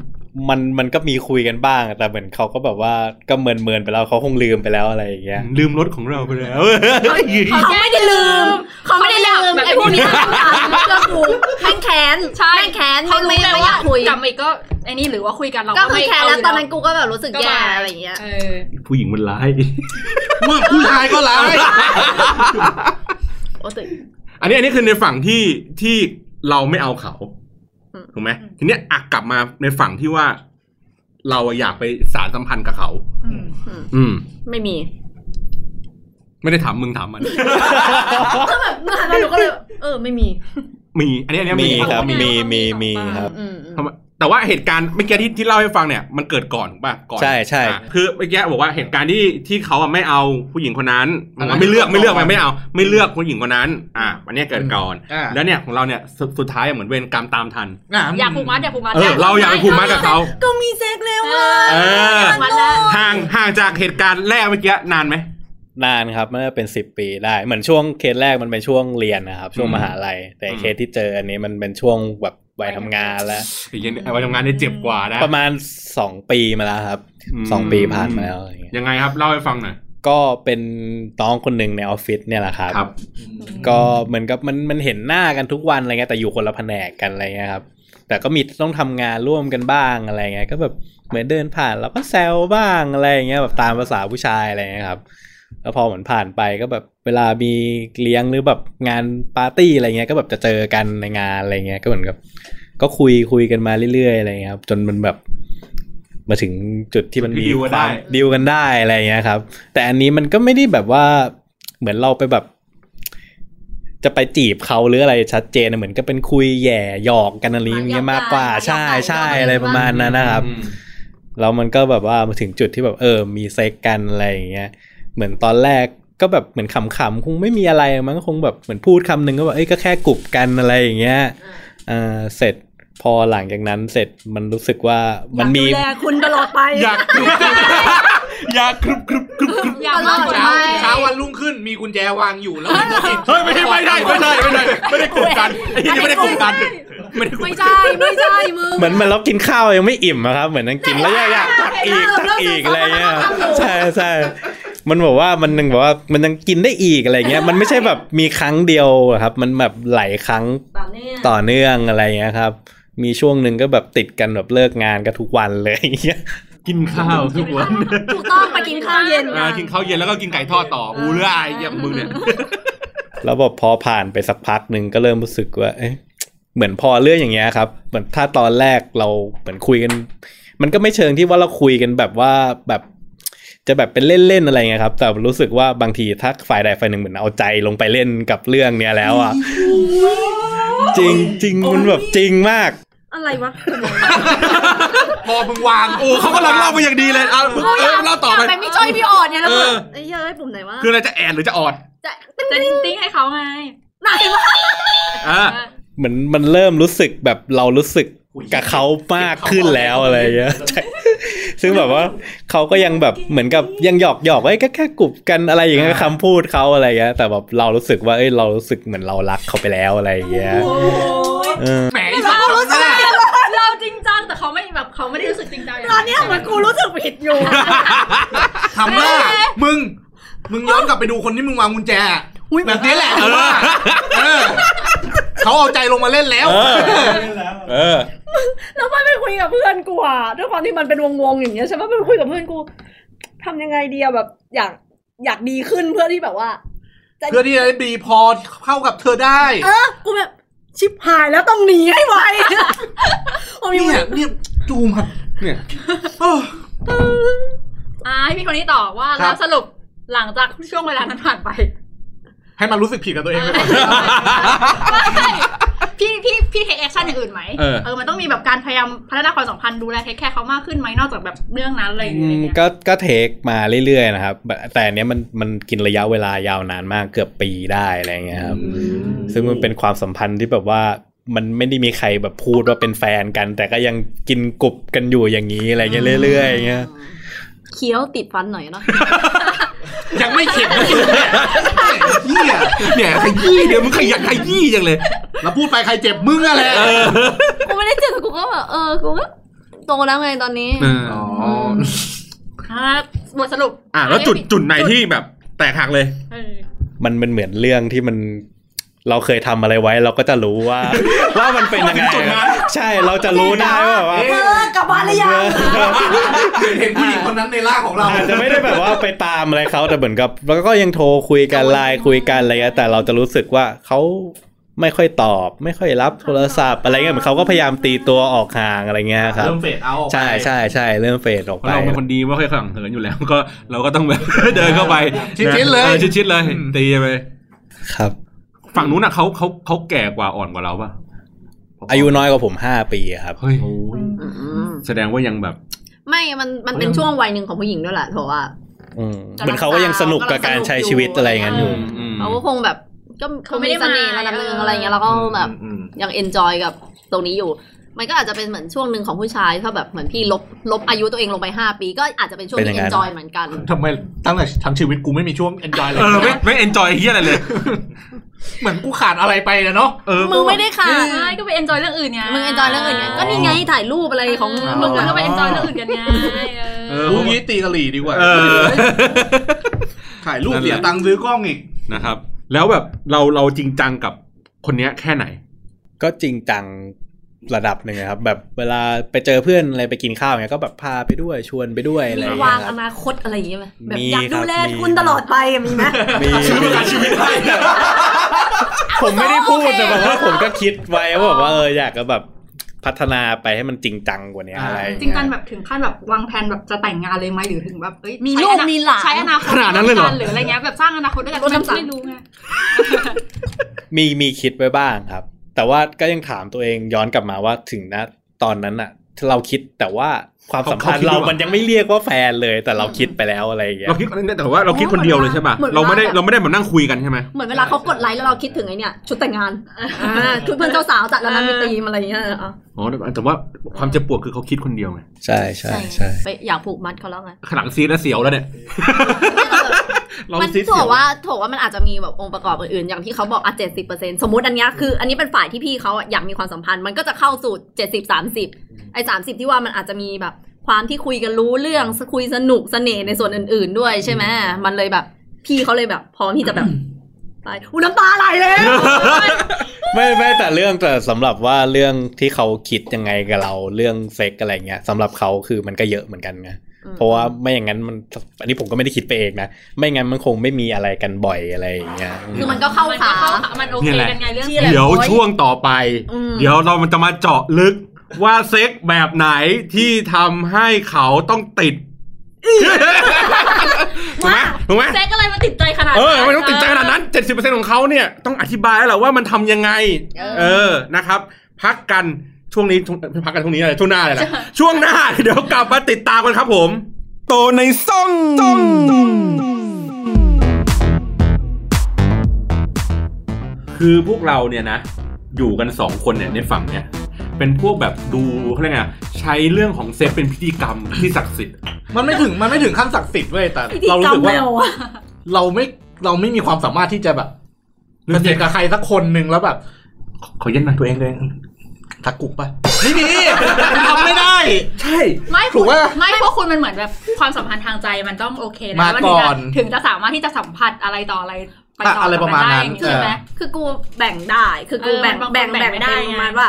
มันมันก็มีคุยกันบ้าง แต่เหมือนเขาก็แบบว่าก็เมินเมินๆไปแล้วเขาคงลืมไปแล้วอะไรอย่างเงี้ย ลืมรถของเราไปแล้ว เขาไม่ได้ลืมเขาไม่ได้ลืมไอ้พวกนี้ทำการเรื่องกูแม่งแค้น ใช่ แม่งแค้น เขารู้ ไม่ เลย ไม่ว่ายอากคุย กลับมาอีกก็ไอ้นี่หรือว่าคุยกันเรา ก็คือ ไม่ แค้น เา แล้ว ยู่ ตอนนั้นกูก็แบบรู้สึกแย่อะไรอย่างเงี้ย เออ ผู้หญิงมันร้ายว่าผู้ชายก็ร้าย โอ้ตึก อันนี้อันนี้คือในฝั่งที่ที่เราไม่เอาเขา อืม ถูกไหมทีเนี้ยอ่ะกลับมาในฝั่งที่ว่า เราอะอยากไปสารสัมพันธ์กับเขา อืม อืม ไม่มี ไม่ได้ถามมึงถามมัน ก็แบบงานมาหนูก็เลยเออไม่มี มี อันนี้อันนี้ มีครับ มี มีมี สอง มี ปาง ครับ อืมอืม ทำไมแต่ว่าเหตุการณ์เมื่อกี้ที่ที่เล่าให้ฟังเนี่ยมันเกิดก่อนป่ะก่อน ใช่ใช่ อ่ะคือเมื่อกี้บอกว่าเหตุการณ์ที่ที่เขาอะไม่เอาผู้หญิงคนนั้น อันนั้น ไม่เลือกไม่เลือก ก่อน ไม่เอา ไม่เลือกผู้หญิงคนนั้น อ่ะอันเนี้ยเกิดก่อน อ่า แล้วเนี่ยของเราเนี่ยสุดสุดท้ายอะเหมือนเวรกรรมตามทัน อ่ะ อยากผูกมัดอยากผูกมัด เออ เราอยากไปผูกมัดกับเขา ก็มีเซ็กแล้ว เอ อ่ะ อ เออ ผูกมัดแล้ว ห่างห่างจากเหตุการณ์แรกเมื่อกี้นานไหม นานครับมันจะเป็นสิบปีได้ เหมือนช่วงเคสแรกมันเป็นช่วงเรียนนะครับ ช่วง อืม มหาลัย แต่ อืม เคสที่เจออันนี้มันเป็นช่วงแบบวัยทำงานแล้ว ไอ้เหี้ยเนี่ยไอ้วันทำงานเนี่ยเจ็บกว่านะ ประมาณสองปีมาแล้วครับ อืม สองปีผ่านมาแล้วอะไรเงี้ย ยังไงครับ เล่าให้ฟังหน่อย ก็เป็นน้องคนหนึ่งในออฟฟิศเนี่ยแหละครับ ครับ ก็เหมือนกับมันมันเห็นหน้ากันทุกวันอะไรเงี้ยแต่อยู่คนละแผนกกันอะไรเงี้ยครับ แต่ก็มีต้องทำงานร่วมกันบ้างอะไรเงี้ยก็แบบเหมือนเดินผ่านแล้วก็แซวบ้างอะไรเงี้ยแบบตามภาษาผู้ชายอะไรเงี้ยครับ แล้วพอเหมือนผ่านไปก็แบบเวลามีเลี้ยงหรือแบบงานปาร์ตี้อะไรเงี้ยก็แบบจะเจอกันในงานอะไรเงี้ยก็เหมือนกับก็คุยคุยกันมาเรื่อยๆอะไรเงี้ยครับจนมันแบบมาถึงจุดที่มัน ที่ มี ดีลกัน ค ได้ วามดีลกันได้อะไรเงี้ยครับ แต่อันนี้มันก็ไม่ได้แบบว่าเหมือนเราไปแบบ จะไปจีบเขาหรืออะไรชัดเจนนะเหมือนก็เป็นคุยแหย่หยอกกันอะไรอย่างเงี้ยมากกว่า หยอกกัน ใช่หยอใช่กกัน อะไรประมาณนั้นนะครับ อืม แล้วมันก็แบบว่ามาถึงจุดที่แบบเออ มีเซ็กกันอะไรอย่างเงี้ย เหมือนตอนแรกก็แบบเหมือนขำๆคงไม่มีอะไรมั้งคงแบบเหมือนพูดคำหนึ่งก็แบบเอ้ยก็แค่กลุบกันอะไรอย่างเงี้ยอ่าเสร็จ พอหลังจากนั้นเสร็จมันรู้สึกว่ามันมี อยากดูแลคุณตลอดไป อยากกรุบกรุบอยากกรุบกรุบกรุบกรุบ อย่ามา ตลอด กด ไป เช้า ไล เช้า ค์ วันรุ่งขึ้นมีกุญแจวางอยู่แล้ว เฮ้ยไม่ใช่ไม่ได้ไม่ได้ไม่ได้ไม่ได้กลุ่มกันไอ้ที่ไม่ได้กลุ่มกันไม่ได้กลุ่ม ไม่ใช่ไม่ใช่มือ เหมือนเหมันเรากินข้าวยังไม่อิ่มอะครับ เหมือนนั่งกินแล้วอยากอยากตักอีกตักอีกอะไรเงี้ยใช่ใช่มันบอกว่ามันยังบอกว่ามันยังกินได้อีกอะไรเงี้ย มันไม่ใช่แบบมีครั้งเดียวอะครับ มันแบบหลายครั้ง แบบเนี้ย ต่อเนื่องอะไรเงี้ยครับ มีช่วงหนึ่งก็แบบติดกันแบบเลิกงานก็ทุกวันเลยเงี้ย กินข้าวทุกวัน ถูกต้องไปกินข้าวเย็น อ่ากินข้าวเย็นแล้วก็กินไก่ทอดต่ออู้เรื่อยอย่างมึงเนี่ย แล้วแบบพอผ่านไปสักพักหนึ่งก็เริ่มรู้สึกว่าเอ๊ะเหมือนพอเรื่องอย่างเงี้ยครับ เหมือนถ้าตอนแรกเราเหมือนคุยกัน มันก็ไม่เชิงที่ว่าเราคุยกันแบบว่าแบบจะแบบเป็นเล่นๆอะไรเงี้ยครับ แต่รู้สึกว่าบางทีถ้าฝ่ายใดฝ่ายหนึ่งเหมือนเอาใจลงไปเล่นกับเรื่องเนี้ยแล้วอ่ะจริงจริงมันแบบจริงมาก อะไรวะ พอมึงวาง โอ้เขากำลังเล่าไปอย่างดีเลยอ่ะมึงเออเล่าต่อไป ไปไม่ช่วยพี่ออดเนี่ย เอ แล้ว อ ไอ้เย้ยปุ่มไหนวะ คืออะไรจะแอนหรือจะออด จะ จะดิ้งติ้งให้เขาไง ไหนวะ อ่า เหมือนมันเริ่มรู้สึกแบบเรารู้สึกกับเขามากขึ้นแล้วอะไรเงี้ยใช่ ซึ่งแบบว่าเขาก็ยังแบบเหมือนกับยังหยอกหยอกไอ้ยก็แค่กลุ่มกันอะไรอย่างเงี้ยคำพูดเขาอะไรเงี้ยแต่แบบเรารู้สึกว่าเอ้ยเรารู้สึกเหมือนเรารักเขาไปแล้วอะไรเงี้ยเออ แหมไอ้สัตว์รู้สึก เราจริงจังแต่เขาไม่แบบเขาไม่ได้รู้สึกจริงจังอย่าง ตอนเนี้ยเหมือนกูรู้สึกผิดอยู่ ทำหน้ามึง มึงย้อนกลับไปดูคนที่มึงวางกุญแจแบบนี้แหละเออเออเขาเอาใจลงมาเล่นแล้ว เออ แล้วมันไปคุยกับเพื่อนกูอ่ะด้วยความที่มันเป็นวงๆอย่างเงี้ยใช่ไหมมันไปคุยกับเพื่อนกูทำยังไงดีอะแบบ อยากอยากดีขึ้นเพื่อที่แบบว่า เพื่อที่จะได้บีพอเข้ากับเธอได้ เออ กูแบบชิบหายแล้วต้องหนีให้ไวโอ้ย เนี่ยเนี่ยจูมครับเนี่ยโอ้ อ่าให้พี่คนนี้ตอบว่า ครั แล้ บ วสรุปหลังจากช่วงเวลานั้นผ่านไป ให้มันรู้สึกผิดกับตัวเองไปก่อน พี่พี่พี่เทคแอคชั่นอย่างอื่นไหม เออ เออมันต้องมีแบบการพยายามพัฒนาความสัมพันธ์ดูแลเทคแคร์เขามากขึ้นไหมนอกจากแบบเรื่องนั้นอะไรอย่างเงี้ย ก็ก็เทคมาเรื่อยๆนะครับแต่แต่อันเนี้ยมันมันกินระยะเวลายาวนานมากเกือบปีได้อะไรเงี้ยครับ ซึ่งมันเป็นความสัมพันธ์ที่แบบว่ามันไม่ได้มีใครแบบพูดว่าเป็นแฟนกัน แต่ก็ยังกินกลุบกันอยู่อย่างนี้อะไรเงี้ยเรื่อยๆอย่างเงี้ย เคี้ยวติดฟันหน่อยเนาะ ยังไม่เข็ดนะ เยี่ยเนี่ยขยี้เดี๋ยวมึงขยันขยี้จังเลย แล้วพูดไปใครเจ็บมึงอะไร เออ กูไม่ได้เจ็บแต่กูก็แบบเออกูก็โตแล้วไงตอนนี้ อ๋อ อ่าบทสรุป อ่ะแล้วจุดจุดไหนที่แบบแตกหักเลย เออ มันมันเหมือนเรื่องที่มันเราเคยทำอะไรไว้ เราก็จะรู้ว่า ว่ามันเป็นยังไง จุดนั้น ใช่เราจะรู้ได้ว่าแบบว่า เธอกลับบ้านหรือยัง เห็นผู้หญิงคนนั้นในร่างของเรา อาจจะไม่ได้แบบว่าไปตามอะไรเขาแต่เหมือนกับแล้วก็ยังโทรคุยกันไลน์คุยกันอะไรเงี้ยแต่เราจะรู้สึกว่าเขาไม่ค่อยตอบ ไม่ค่อยรับโทรศัพท์อะไรเงี้ยเหมือนเขาก็พยายามตีตัวออกห่างอะไรเงี้ยครับ เริ่มเฟดเอา ใช่ใช่ใช่เริ่มเฟดออก เพ ไป ราะเราเป็นคนดีไม่ค่อยขวังเหินอยู่แล้ว ก็เราก็ต้องแบบ เดินเข้าไป ชิดๆเล อย อชิดๆเลย อืม ตีไป ครับ ฝั่งนู้นอ่ะเขาเขาเขาแก่กว่าอ่อนกว่าเราป่ะ อายุน้อยกว่าผมห้าปีครับ เฮ้ย อืม แสดงว่ายังแบบ ไม่มันมันเป็นช่วงวัยหนึ่งของผู้หญิงด้วยแหละเพราะว่า อืมเหมือนเขาก็ยังสนุกกับการใช้ชีวิตอะไรอย่างนั้นอยู่ อืม เขาก็คงแบบก็เขาไม่ได้เสน่ห์ระดับหนึ่งอะไรเงี้ยเราก็แบบ อืม ยังเอนจอยกับตรงนี้อยู่ มันก็อาจจะเป็นเหมือนช่วงหนึ่งของผู้ชายถ้าแบบเหมือนพี่ลบลบอายุตัวเองลงไป 5 ปีก็อาจจะเป็นช่วง เป็นอ ที่ ย่าเองนั้น น จอยเหมือนกัน ทำไมตั้งแต่ทั้งชีวิตกูไม่มีช่วง enjoy เลย เออไม่ไม่เอนจอยเฮียอะไรเลย เหมือนกูขาดอะไรไปนะเนาะ เออ มึงไม่ได้ขาด ใช่ก็ไปเอนจอยเรื่องอื่นไง มึงเอนจอยเรื่องอื่นไงก็นี่ไงถ่ายรูปอะไรของ มึ มึ ง ง ก็ อะ ไปเอนจอยเรื่องอื่นกันไง เอ เอ อ อ พรุ่งนี้ตีกะหรี่ดีกว่า เออ ถ่ายรูป นั่นแหละ เสียตังค์ซื้อกล้องอีก นะครับ แล้วแบบเราเราจริงจังกับคนเนี้ยแค่ไหน ก็จริงจังระดับหนึ่งอะครับ แบบเวลาไปเจอเพื่อนอะไรไปกินข้าวเงี้ยก็แบบพาไปด้วยชวนไปด้วยอะมีไรอย่เยว าง ยค อ รับ นาคตอะไรอย่างเงี้ยไหมแบบ มี อยาก ครั ดู บ แล มี คุณตลอดไปอะมีไหม มี ซื้อประกันชีวิตให้ ผมไม่ได้พูดแต่แบบว่าผมก็คิดไว้ว่าแบบว่าเอออยากจะแบบพัฒนาไปให้มันจริงจังกว่านี้อะไรอจย่าเย ริงจังแบบถึงขั้นแบบวางแผนแบบจะแต่งงานเลยไหมหรือถึงแบบเอ้ย มี ใช้ ลูก อนา มีหลาน ใช้อนาคต ขนาดนั้นเลยเหรอ หรืออะไรเงี้ยแบบสร้างอนาคตด้วยกัน ลดน้ำหนัก ไม่รู้ไง มีมีคิดไว้บ้างครับ แต่ว่าก็ยังถามตัวเองย้อนกลับมาว่าถึงนะตอนนั้นอะ เราคิดแต่ว่าความสัมพันธ์ เขาคิด เรา ว่า มันยังไม่เรียกว่าแฟนเลย แต่เราคิดไปแล้วอะไรอย่างเงี้ย เราคิดแต่ว่าเราคิดคนเดียวเลยใช่ป่ะ เหมือน เราไม่ได้ ว่าแบบ เราไม่ได้แบบนั่งคุยกันใช่ไหม เหมือนเวลาเขากดไลค์แล้วเราคิดถึงไอ้เนี่ยชุดแต่งงานอ่าชุดเพื่อนเจ้าสาวจัดแล้วนะมีตีมอะไรอย่างเงี้ยอ่ะ อ๋อแต่ว่าความเจ็บปวดคือเขาคิดคนเดียวไง ใช่ใช่ใช่ ไปอยากผูกมัดเขาแล้ว ไง ขางหลังซีดแล้วเสียวแล้วเนี่ย เรา มัน ซีด ถื เสียว อว่าถือว่ามันอาจจะมีแบบองค์ประกอบอื่นๆ อย่างที่เขาบอกอ่ะเจ็ดสิบเปอร์เซ็นสมมติอันเนี้ยคือ อันนี้เป็นฝ่ายที่พี่เขาอ่ะอยากมีความสัมพันธ์ มันก็จะเข้าสู่เจ็ดสิบสามสิบไอ้สามสิบที่ว่ามันอาจจะมีแบบความที่คุยกันรู้เรื่องคุยสนุกเสน่ห์ในส่วนอื่น ๆ ด้วยใช่ไหมมันเลยแบบพี่เขาเลยแบบพร้อมที่จะแบบไปอุ้ยน้ำตาไหลเลย ไม่ไม่แต่เรื่องแต่สำหรับว่าเรื่องที่เขาคิดยังไงกับเราเรื่องเซ็กอะไรเงี้ยสำหรับเขาคือมันก็เยอะเหมือนกันไงเพราะว่าไม่อย่างนั้นมันอันนี้ผมก็ไม่ได้คิดไปเองนะไม่งั้นมันคงไม่มีอะไรกันบ่อยอะไรอย่างเงี้ย คือมันก็เข้า มัน ขา ก็เข้าขามันโอเคกันไงเรื่อง นี่แหละ เดี๋ยวช่วงต่อไป อืม เดี๋ยวเรามันจะมาเจาะลึกว่าเซ็กแบบไหนที่ทำให้เขาต้องติดถูกไหมถูกไหม แซกอะไรมาติดใจขนาด เอ นั้อนทำไมต้องติดใจขนาดนั้น 70%ของเขาเนี่ย ต้องอธิบายแล้วแหละว่ามันทำยังไง เออ เออ นะครับ พักกัน ช่วงนี้ช่วงพักกันช่วงนี้อะไรช่วงหน้าเลยนะ ช่วงหน้า เดี๋ยวกลับมาติดตามกันครับผม โตในซ่องซ่องคือพวกเราเนี่ยนะ อยู่กันสองคนเนี่ยในฝั่งเนี่ย เป็นพวกแบบดูเขาเรียกไงอะใช้เรื่องของเซฟเป็นพิธีกรรมที่ศักดิ์สิทธิ์ มันไม่ถึงมันไม่ถึงขั้นศักดิ์สิทธิ์เว้ยแต่ พิธี เรา กร รู้ ร สึ ม ก แม ว่าว อะ เราไม่เราไม่มีความสามารถที่จะแบบ เรื่อง เส เซ็ ก ก กับใครสักคนหนึ่งแล้วแบบ ขอเย็นหน่อยตัวเองเลย ทักกุกปะไม่มี ทำไม่ได้ ใช่ ไม่ ถูกปะ ไม่เพราะคุณมันเหมือนแบบความสัมพันธ์ทางใจมันต้องโอเคนะ มาก่อน ถึงจะสามารถที่จะสัมผัสอะไรต่ออะไรปต่ ะอะไรประมาณนั้น ด้อย่างเงี้ยใช่ไหม คือกูแบ่งได้คือกู เออ แบ่ง บางคน แบ่ง แบ่ แบ่ ง ง ไม่ได้ ได้ ไง ประมาณว่า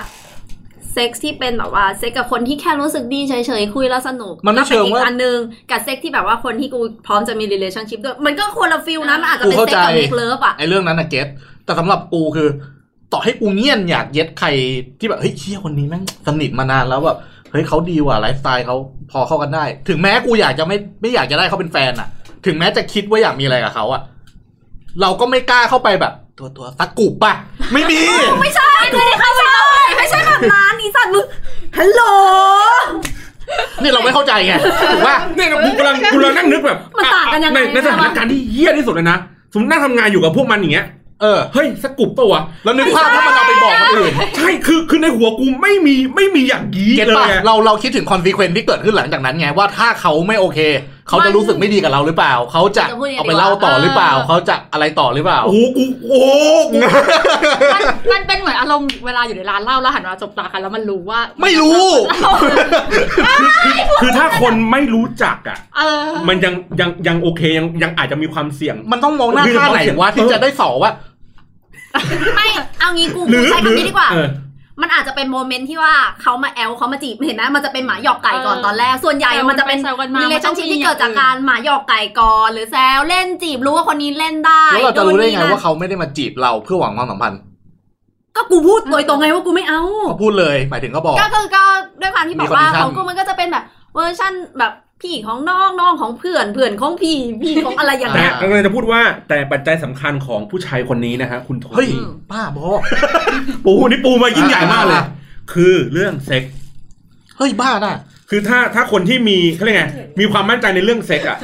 เซ็กซ์ที่เป็นแบบว่าเซ็กกับคนที่แค่รู้สึกดีเฉยๆคุยแล้วสนุก มันก็ไม่ป็ เชิงว่า อีกอันนึงกับเซ็กซ์ที่แบบว่าคนที่กูพร้อมจะมี relationship ด้วย มันก็คนละฟิลนะมันอาจจะเป็น กูเข้า เซ็กกับ ใจ เมกเลิฟอ่ะ ไอ้เรื่องนั้นอะเก็ตแต่สำหรับกูคือ ต่อให้กูเงียนอยากเย็ดใครที่แบบเฮ้ยเชี่ยคนนี้แม่งสนิทมานานแล้วแบบเฮ้ยเขาดีว่ะไลฟ์สไตล์เขาพอเข้ากันได้ ถึงแม้กูอยากจะไม่ไม่อยากจะได้เขาเป็นแฟนอะถึงแม้จะคิดว่าอยากมีอะไรกับเขาอะเราก็ไม่กล้าเข้าไปแบบ ตัวตัวสักกุบปะไม่ มี ไม่ใช่ไม่ใช่ไม่ใช่แบบนั้นอีสัตว์มึงฮัลโหล นี่เราไม่เข้าใจไงถูก ปะ เนี่ยกูกำลังกูกำลังนั่งนึกแบบ มันต่างกันยังไง ในในสถานการณ์ที่เหี้ยที่สุดเลยนะสมมตินั่งทำงานอยู่กับพวกมันอย่างเงี้ย เออ เฮ้ยสกกุบปะวะ แล้วนึกภาพถ้ามันเอาไปบอกคนอื่น ใช่คือคือในหัวกูไม่มีไม่มีอย่างยี้ เก็ต เล ปะ ยอะ เราเราคิดถึงคอนซีเควนที่เกิดขึ้นหลังจากนั้นไงว่าถ้าเขาไม่โอเค เขาจะรู้สึกไม่ดีกับเราหรือเปล่า เขาจะเอาไปเล่าต่อหรือเปล่า เขาจะอะไรต่อหรือเปล่า โอ้โหกูโอ้โห มันมันเป็นเหมือนอารมณ์เวลาอยู่ในร้านเหล้าแล้วหันมาจบตากันแล้วมันรู้ว่า ไม่รู้ คือถ้าคนไม่รู้จักอ่ะ เออ มันยังยังยังโอเคยังยังอาจจะมีความเสี่ยง มันต้องมองหน้าค่าไหนวะที่จะได้สอว่า ไม่เอางี้กู หรือ ใช้คำนี้ดีกว่า เออ มันอาจจะเป็นโมเมนต์ที่ว่าเขามาแอลเขามาจีบเห็นไหมมันจะเป็นหมาหยอกไก่ก่อนตอนแรกส่วนใหญ่มันจะเป็น แซวกันมา รีเลชั่นชิพที่เกิดจากการหมาหยอกไก่ก่อนหรือแซวเล่นจีบรู้ว่าคนนี้เล่นได้ แล้วเราจะรู้ได้นู่ไงนนี่นั่น ว่าเขาไม่ได้มาจีบเราเพื่อหวังความสัมพันธ์ ก็กูพูดโดยตรงไงว่ากูไม่เอา เขาพูดเลยหมายถึงเขาบอก ก็คือก็ด้วยความที่บอกว่า มี condition เขาก็มันก็จะเป็นแบบเวอร์ชั่นแบบพี่ของน้องน้องของเพื่อนเพื่อนของพี่พี่ของอะไรอย่าง แต่ เงี้ย กำลังจะพูดว่าแต่ปัจจัยสำคัญของผู้ชายคนนี้นะฮะคุณโท เฮ้ยป้าบอ ปูนี่ปูมายิ่งใหญ่มากเลย อ่า คือเรื่องเซ็กส์ เฮ้ยบ้าน่ะ คือถ้าถ้าคนที่มีเขาเรียกไงมีความมั่นใจในเรื่องเซ็ก ส์อ่ะ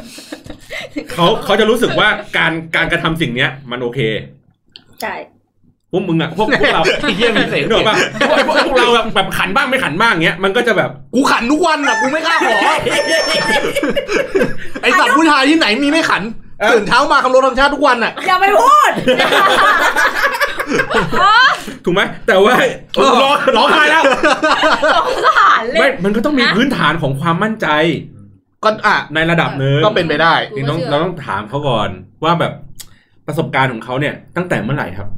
เขาเขาจะรู้สึกว่าการการกระทำสิ่งเนี้ย มันโอเค ใช่ พวกมึงอะพวกพวกเรา เยี่ยมเสเนกกออกปะพวกพวกพวกเราแบบแบบขันบ้างไม่ขันบ้างเงี้ย มันก็จะแบบ กูขันทุกวันอ่ะกูไม่กล้าขอไอสัตว์ผู้ชายที่ไหนมีไม่ขันตื่นเช้ามาคำรถทำชาติทุกวันอ่ะ อย่าไปพูด ถูกไหมแต่ว่า เออ ร้องร้องไห้แล้ว ผ่านเลย ไม่มันก็ต้องมีพื้นฐานของความมั่นใจ ก็อ่ะ ในระดับหนึ่ง ก็เป็นไปได้ จริงๆต้องเราต้องถามเขาก่อนว่าแบบประสบการณ์ของเขาเนี่ย ตั้งแต่เมื่อไหร่ครับ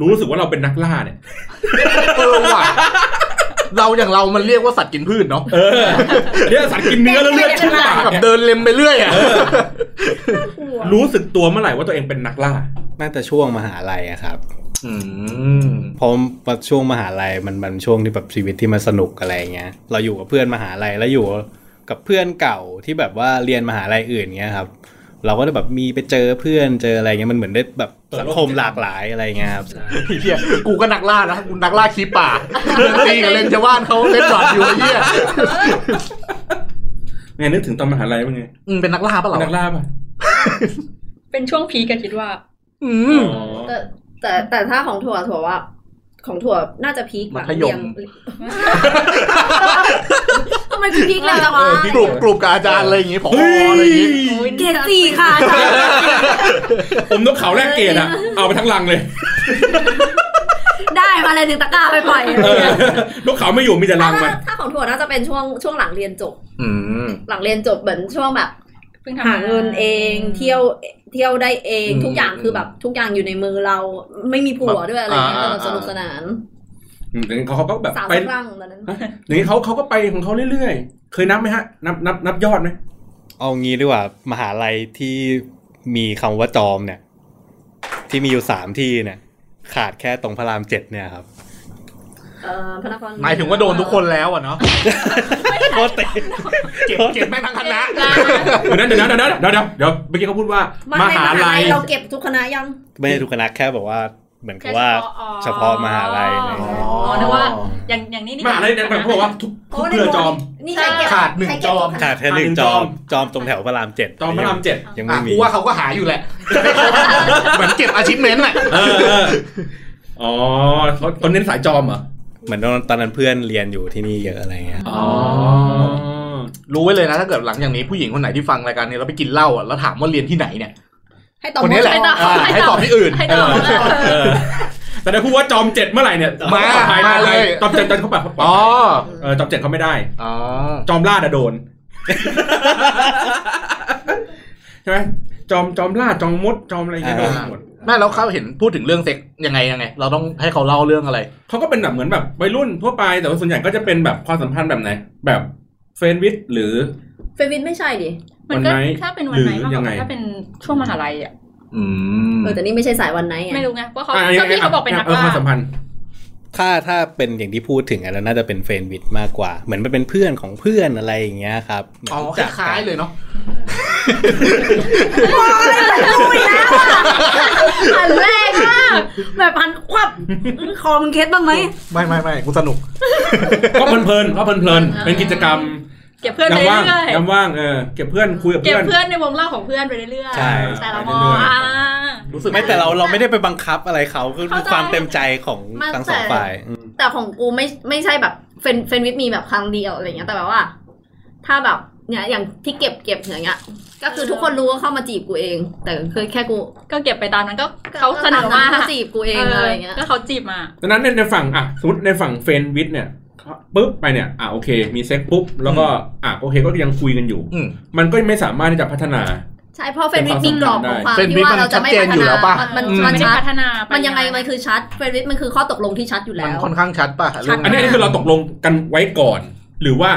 รู้สึกว่าเราเป็นนักล่าเนี่ย เออว่ะเราอย่างเรามันเรียกว่าสัตว์กินพืชเนาะ เออเนี่ยสัตว์กินเนื้อแล้วเลือดชุ่มปาก กับ เนี่ย เดินเล็มไปเรื่อยอ่ะ รู้สึกตัวเมื่อไหร่ว่าตัวเองเป็นนักล่า น่าจะช่วงมหาลัยอะครับ อืม เพราะว่าช่วงมหาลัยมันมันช่วงที่แบบชีวิตที่มันสนุกอะไรเงี้ยเราอยู่กับเพื่อนมหาลัยแล้วอยู่กับเพื่อนเก่าที่แบบว่าเรียนมหาลัยอื่นเงี้ยครับ เราก็ได้แบบมีไปเจอเพื่อนเจออะไรเงี้ยมันเหมือนได้แบบ เปิดโลก สังคมหลากหลายอะไรเงี้ยครับ ไอ้เฮียกูก็นักล่านะกูนักล่าคีป่าเล่นตีกับเล่นชาวบ้านเขาเล่นจอดอยู่ไอ้เฮีย ไงนึกถึงตอนมหาลัยเป็นไง อืมเป็นนักล่าปะเหร เป็นนัก อ ล่าป่ะ เป็นช่วงพีกันคิดว่า อืม อ๋อ แต่แต่แต่ถ้าของถั่วถั่วว่า ของถั่วน่าจะพีคกว่า มัธยม เรีน ทำไมคุณพีคเร็วจังวะ เออพี่กลุ่มกลุ่มกับอาจารย์อะไรอย่างงี้ผออะไรอย่างงี้ เกรดสี่ค่ะอาจารย์ ผมนกเขาแลกเกรดอะเอาไปทั้งลังเลย ได้มาเลยถึงตะกร้าไปปล่อย เออนกเขาไม่อยู่มีแต่ลังมัน ถ้าถ้าของถั่วน่าจะเป็นช่วงช่วงหลังเรียนจบ อืม หลังเรียนจบเหมือนช่วงแบบ เพิ่ง หา ทำ เงินเองเที่ยวเที่ยวได้เอง อืม ทุกอย่างคือแบบทุกอย่างอยู่ในมือเราไม่มีผัวด้วยอะไรเงี้ย อ่า แบบสนุกสนาน อืมแต่เขาก็แบบ สาว ไป สักครั้งตอนนั้น อย่างนี้เขาเขาก็ไปของเขาเรื่อยๆ เคยนับไหมฮะ นับนับนับยอดไหม เอางี้ดีกว่ามหาลัยที่มีคำว่าจอมเนี่ย ที่มีอยู่สามที่เนี่ย ขาดแค่ตรงพระรามเจ็ดเนี่ยครับ เอ่อพระนคร หมายถึงว่าโดนทุกคนแล้วอ่ะเนาะ โคตรเตะ เก็บเก็บแม่งทั้งคณะ เดี๋ยวนะเดี๋ยวนะเดี๋ยวนะเดี๋ยวเดี๋ยวเดี๋ยวเมื่อกี้เขาพูดว่าม ใน หาลัย เราเก็บทุกคณะยัง ไม่ได้ทุกคณะแค่แบบว่าเหมือนกับว่า เฉพาะมหาลัยอะไรอย่างเงี้ย อ๋อนึกว่าอย่างอย่างนี้นี่ มหาลัยเนี่ยแบบเขาบอกว่าทุกทุกเครือจอม นี่ใครเก็บ ขาดหนึ่งจอม ขาดแค่หนึ่งจอมจอมตรงแถวพระรามเจ็ด จอมพระรามเจ็ด ยังไม่ อ่ะ มี กูว่าเขาก็หาอยู่แหละเหมือนเก็บอาชีพเมนต์แหละ เออเอออ๋อเขาเขาเน้นสายจอมเหรอ เหมือนตอนตอนนั้นเพื่อนเรียนอยู่ที่นี่เยอะอะไรเงี้ย อ๋อ รู้ไว้เลยนะถ้าเกิดหลังจากนี้ผู้หญิงคนไหนที่ฟังรายการนี้แล้วไปกินเหล้าอ่ะแล้วถามว่าเรียนที่ไหนเนี่ย ให้ตอบ คนนี้แหละ ให้ตอบ อ่าให้ตอบที่อื่น ให้ตอบ เออแต่ได้พูดว่าจอมเจ็ดเมื่อไหร่เนี่ย มา ปลอดภั มาเลย จอมเจ็ดจอมเขาปะเขาปลอด อ๋อ ภัยเออจอมเจ็ดเขาไม่ได้ อ๋อ จอมล่าดอะโดน ใช่ไหมจอมจอมล่าจอมมดจอมอะไรอย่างเงี้ยโดนหมด แม่แล้วเขาเห็นพูดถึงเรื่องเซ็กยังไงยังไง เราต้องให้เขาเล่าเรื่องอะไร เขาก็เป็นแบบเหมือนแบบวัยรุ่นทั่วไปแต่ว่าส่วนใหญ่ก็จะเป็นแบบความสัมพันธ์แบบไหน แบบเฟรนด์วิดหรือ เฟมินไม่ใช่ดิ มันก็ วันไหน ถ้าเป็นวันไหน หรือ มากก ยังไง ว่าถ้าเป็นช่วงมหาลัยอ่ะ อืม เออแต่นี่ไม่ใช่สายวันไหนไง ไม่รู้ไงเพราะเขา อ่ะ ก็พี่เขาบอกเป็นนัก ออ ล่า ความสัมพันธ์ ถ้าถ้าเป็นอย่างที่พูดถึงอันนั้นน่าจะเป็นเฟรนด์วิดมากกว่า เหมือนมันเป็นเพื่อนของเพื่อนอะไรอย่างเงี้ยครับเหมืน อ๋อ รู้ ค จัก ล้ายๆเลยเนาะ รู้อีกแล้วอะหันแรงมากแบบหันควับคอมึงเคสบ้างไหม ไม่ไม่ไม่กูสนุก ก็เพลินๆก็เพลินๆเป็นกิจกรรม เก็บเพื่อนไป ยาม เรื่ ว่าง อย ยามว่างเออเก็บเพื่อนคุยกับ ๆเก็ เพื่ บ อน เพื่อนในวงเล่าของเพื่อนไปเรื่อยๆ ใช่ แต่ละไปมอ เรื่อยๆ อ่า รู้สึก ไม่แต่เราเราไม่ได้ไปบังคับอะไรเขาคือ เข้าใจ ความเต็มใจของทั้งสองฝ่ายอืม แต่ของกูไม่ไม่ใช่แบบเฟนเฟนวิทมีแบบครั้งเดียวอะไรเงี้ยแต่แบบว่า ถ้าแบบเนี่ยอย่างที่เก็บเก็บอย่างเงี้ย ก็คือทุกคนรู้ว่าเข้ามาจีบกูเอง แต่คือแค่กู ก็เก็บไปตามนั้นก็เขาเสนอมา เขาจีบกูเองอะไรเงี้ย ก็เขาจีบมา ดังนั้นในในฝั่งอ่ะสมมติในฝั่งเฟรนด์วิดเนี่ยปุ๊บไปเนี่ยอ่ะโอเค มีเซ็กปุ๊บแล้วก็อ่ะโอเคก็ยังคุยกันอยู่ อืม มันก็ไม่สามารถที่จะพัฒนา ใช่เพราะเฟรนด์วิดมีกรอบของความ เฟรนด์ ที่ วิท ว่าเรา มัน จะไม่ ชัดเจ พัฒนอยู่แล้ว นา ป่ะ มัน อื มัน ไม่ได้ ชัด พัฒนาป มันยังไงมันคือชัดเฟรนด์วิดมันคือข้อตกลงที่ชัดอยู่ มั แล้ น ว ค่อนข้างชัดป่ะเรื่อง อันนี้อันนี้คือเราตกลงกันไว้ก่อน หรือว่า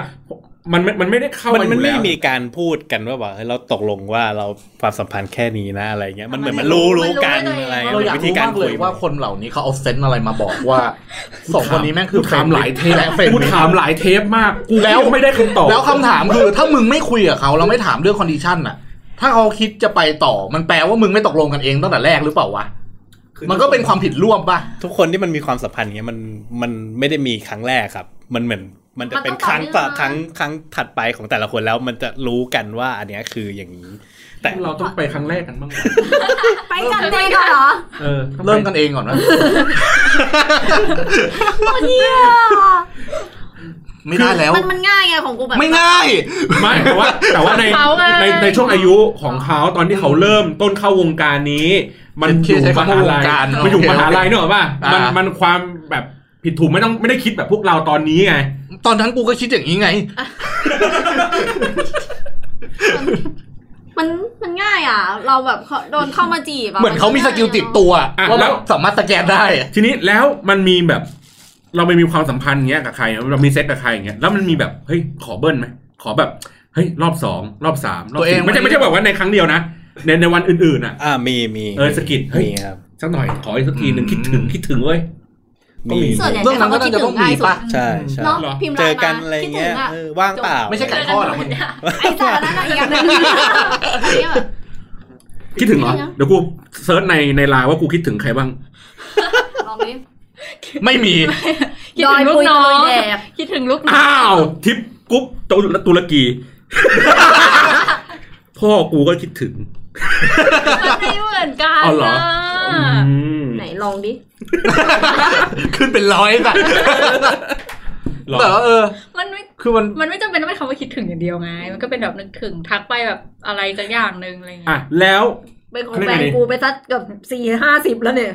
มันมันมันไม่ได้เข้า มัน มาอ มัน ยู่ ไม่ แล้ว มีการพูดกันว่าแบบเฮ้ยเราตกลงว่าเราความสัมพันธ์แค่นี้นะอะไรเงี้ยมันเหมือนมันรู้รู้กันอะไรเงี้ย เราอยาก วิธี รู้ การ มาก คุ เลย ยว่าคนเหล่านี้เขาเอาเซนส์อะไรมาบอกว่าสองคนนี้แม่งคือ ถามหลายเทป และเฟรน กู ด์ ถามหลายเทปมากกู แล้ว ก็ไม่ได้คำตอบ แล้วคำถามคือถ้ามึงไม่คุยกับเขาเราไม่ถามเรื่องคอนดิชันน่ะ ถ้าเขาคิดจะไปต่อมันแปลว่ามึงไม่ตกลงกันเองตั้งแต่แรกหรือเปล่าวะมันก็เป็นความผิดร่วมป่ะ ทุกคนที่มันมีความสัมพันธ์เงี้ยมันมันไม่ได้มีครั้งแรกครับ มันเหมือนมันจะเป็นครั้งต่อครั้งครั้งถัดไปของแต่ละคนแล้วมันจะรู้กันว่าอันเนี้ยคืออย่างนี้ แต่ เราต้องไปครั้งแรกกันบ้างวะ ไปกันเองเหรอ เออ เริ่มกันเองก่อนนะไม่ได้แล้ว มันมันง่ายไงของกูแบบ ไม่ง่าย ไม่แต่ว่าแต่ว่าใน เขาไง ในในช่วงอายุของเขาตอนที่เขาเริ่มต้นเข้าวงการนี้ มัน ที่ อยู่ ใช้ ม คำว่า หาว ลั ง ย การเนอะ มันอยู่มหาลัยเนอะป่ะ อ่ามั มันมันความแบบผิดถูกไม่ต้องไม่ได้คิดแบบพวกเราตอนนี้ไง ตอนนั้นกูก็คิดอย่างนี้ไง มันมันง่ายอ่ะ เราแบบเขาโดนเข้ามาจีบะ เหมือนเขามีสกิลติดตัวว่าแบบสามารถสแกนได้อะ ทีนี้แล้วมันมีแบบ เราไปมีความสัมพันธ์เงี้ยกับใครเรามีเซ็กกับใครอย่างเงี้ยแล้วมันมีแบบเฮ้ยขอเบิ้ลไหมขอแบบเฮ้ยรอบสองรอบสามรอบสี่ไม่ใช่ไม่ใช่แบบว่าในครั้งเดียวนะในในวันอื่นๆอ่ะ อ่ามีมี เออสะกิดเฮ้ย มีครับ สักหน่อยขออีกสักทีหนึ่งคิดถึงคิดถึงเว้ย ก็ มี มี ส่วนใหญ่ เรื่องนั้นก็น่าจะต้องมีป่ะ ใช่ใช่ เนาะพิมพ์ไล เจอ น์ กัน มา อะไร คิดถึ เงี้ย อ่ะ เออว่างเปล่า ไม่ใช่ไก่ทอดเหรอมึง ไอ้แต่อันนั้นอ่ะอีกอันหนึงอันเนี้ยแบบ คิดถึงเหรอ เดี๋ยวกูเซิร์ชในในไลน์ว่ากูคิดถึงใครบ้าง ลองดิ ไม่มี คิดถึงลูกน้อ ดอยปุยตะงลุยแดด คิดถึงลูกน้อง อ้าว ทิปกุ๊บตุลตุรกี พ่อกูก็คิดถึง มันไม่เหมือนกัน อ๋อเหรอ นะ อืม ไหนลองดิ ขึ้นเป็นร้อยสัตว์ หรอ แต่ว่าเออ มันไม่ คือมัน มันไม่จำเป็นต้องเป็นคำว่าคิดถึงอย่างเดียวไง มันก็เป็นแบบนึกถึงทักไปแบบอะไรสักอย่างหนึ่งอะไรอย่าง อ่ะ เงี้ย แล้ว เป็นของแฟนกูไปสักเกือบสี่ห้าสิบแล้วเนี่ย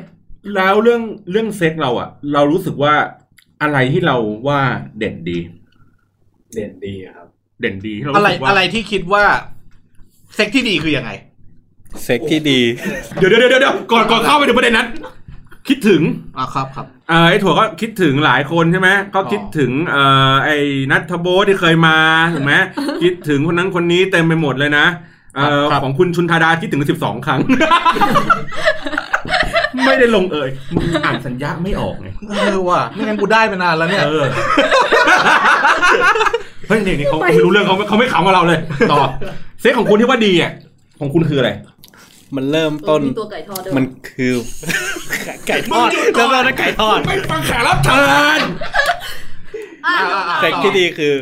แล้วเรื่องเรื่องเซ็กเราอะเรารู้สึกว่าอะไรที่เราว่าเด่นดี เด่นดีอะครับ เด่นดีที่เรา อะไร สึกว่า อะไรที่คิดว่า เซ็กที่ดีคือยังไง เซ็กที่ดี เดี๋ยวเดี๋ยวเดี๋ยวเดี๋ยวก่อนก่อนเข้าไปถึงประเด็นนั้น คิดถึง อ่ะครับครับ เอ่อไอ้ถั่วก็คิดถึงหลายคนใช่ไหมก็คิดถึงเอ่อไอ้นัทโบทที่เคยมาถู กไหม คิดถึงคนนั้นคนนี้เต็มไปหมดเลยนะเอ่อ ครับ ของคุณชุนธาดาคิดถึงสิบสองครั้ง ไม่ได้ลงเอ่ยมึงอ่านสัญญาไม่ออกไง เออว่ะไม่งั้นกูได้ไปนานแล้วเนี่ย เออ เฮ้ยนี่นี่เขาไม่รู้เรื่องเขาเขาไม่ขำกับเราเลย ต่อเซ็กของคุณที่ว่าดีอ่ะของคุณคืออะไร มันเริ่มต้น มีตัวไก่ทอดด้วย มันคือ ไก่ทอดเริ่มต้นด้วยไก่ทอด ไม่ฟังแขกรับเชิญ อ่ะ อ่ะอ่ะ เซ็กที่ดีคือ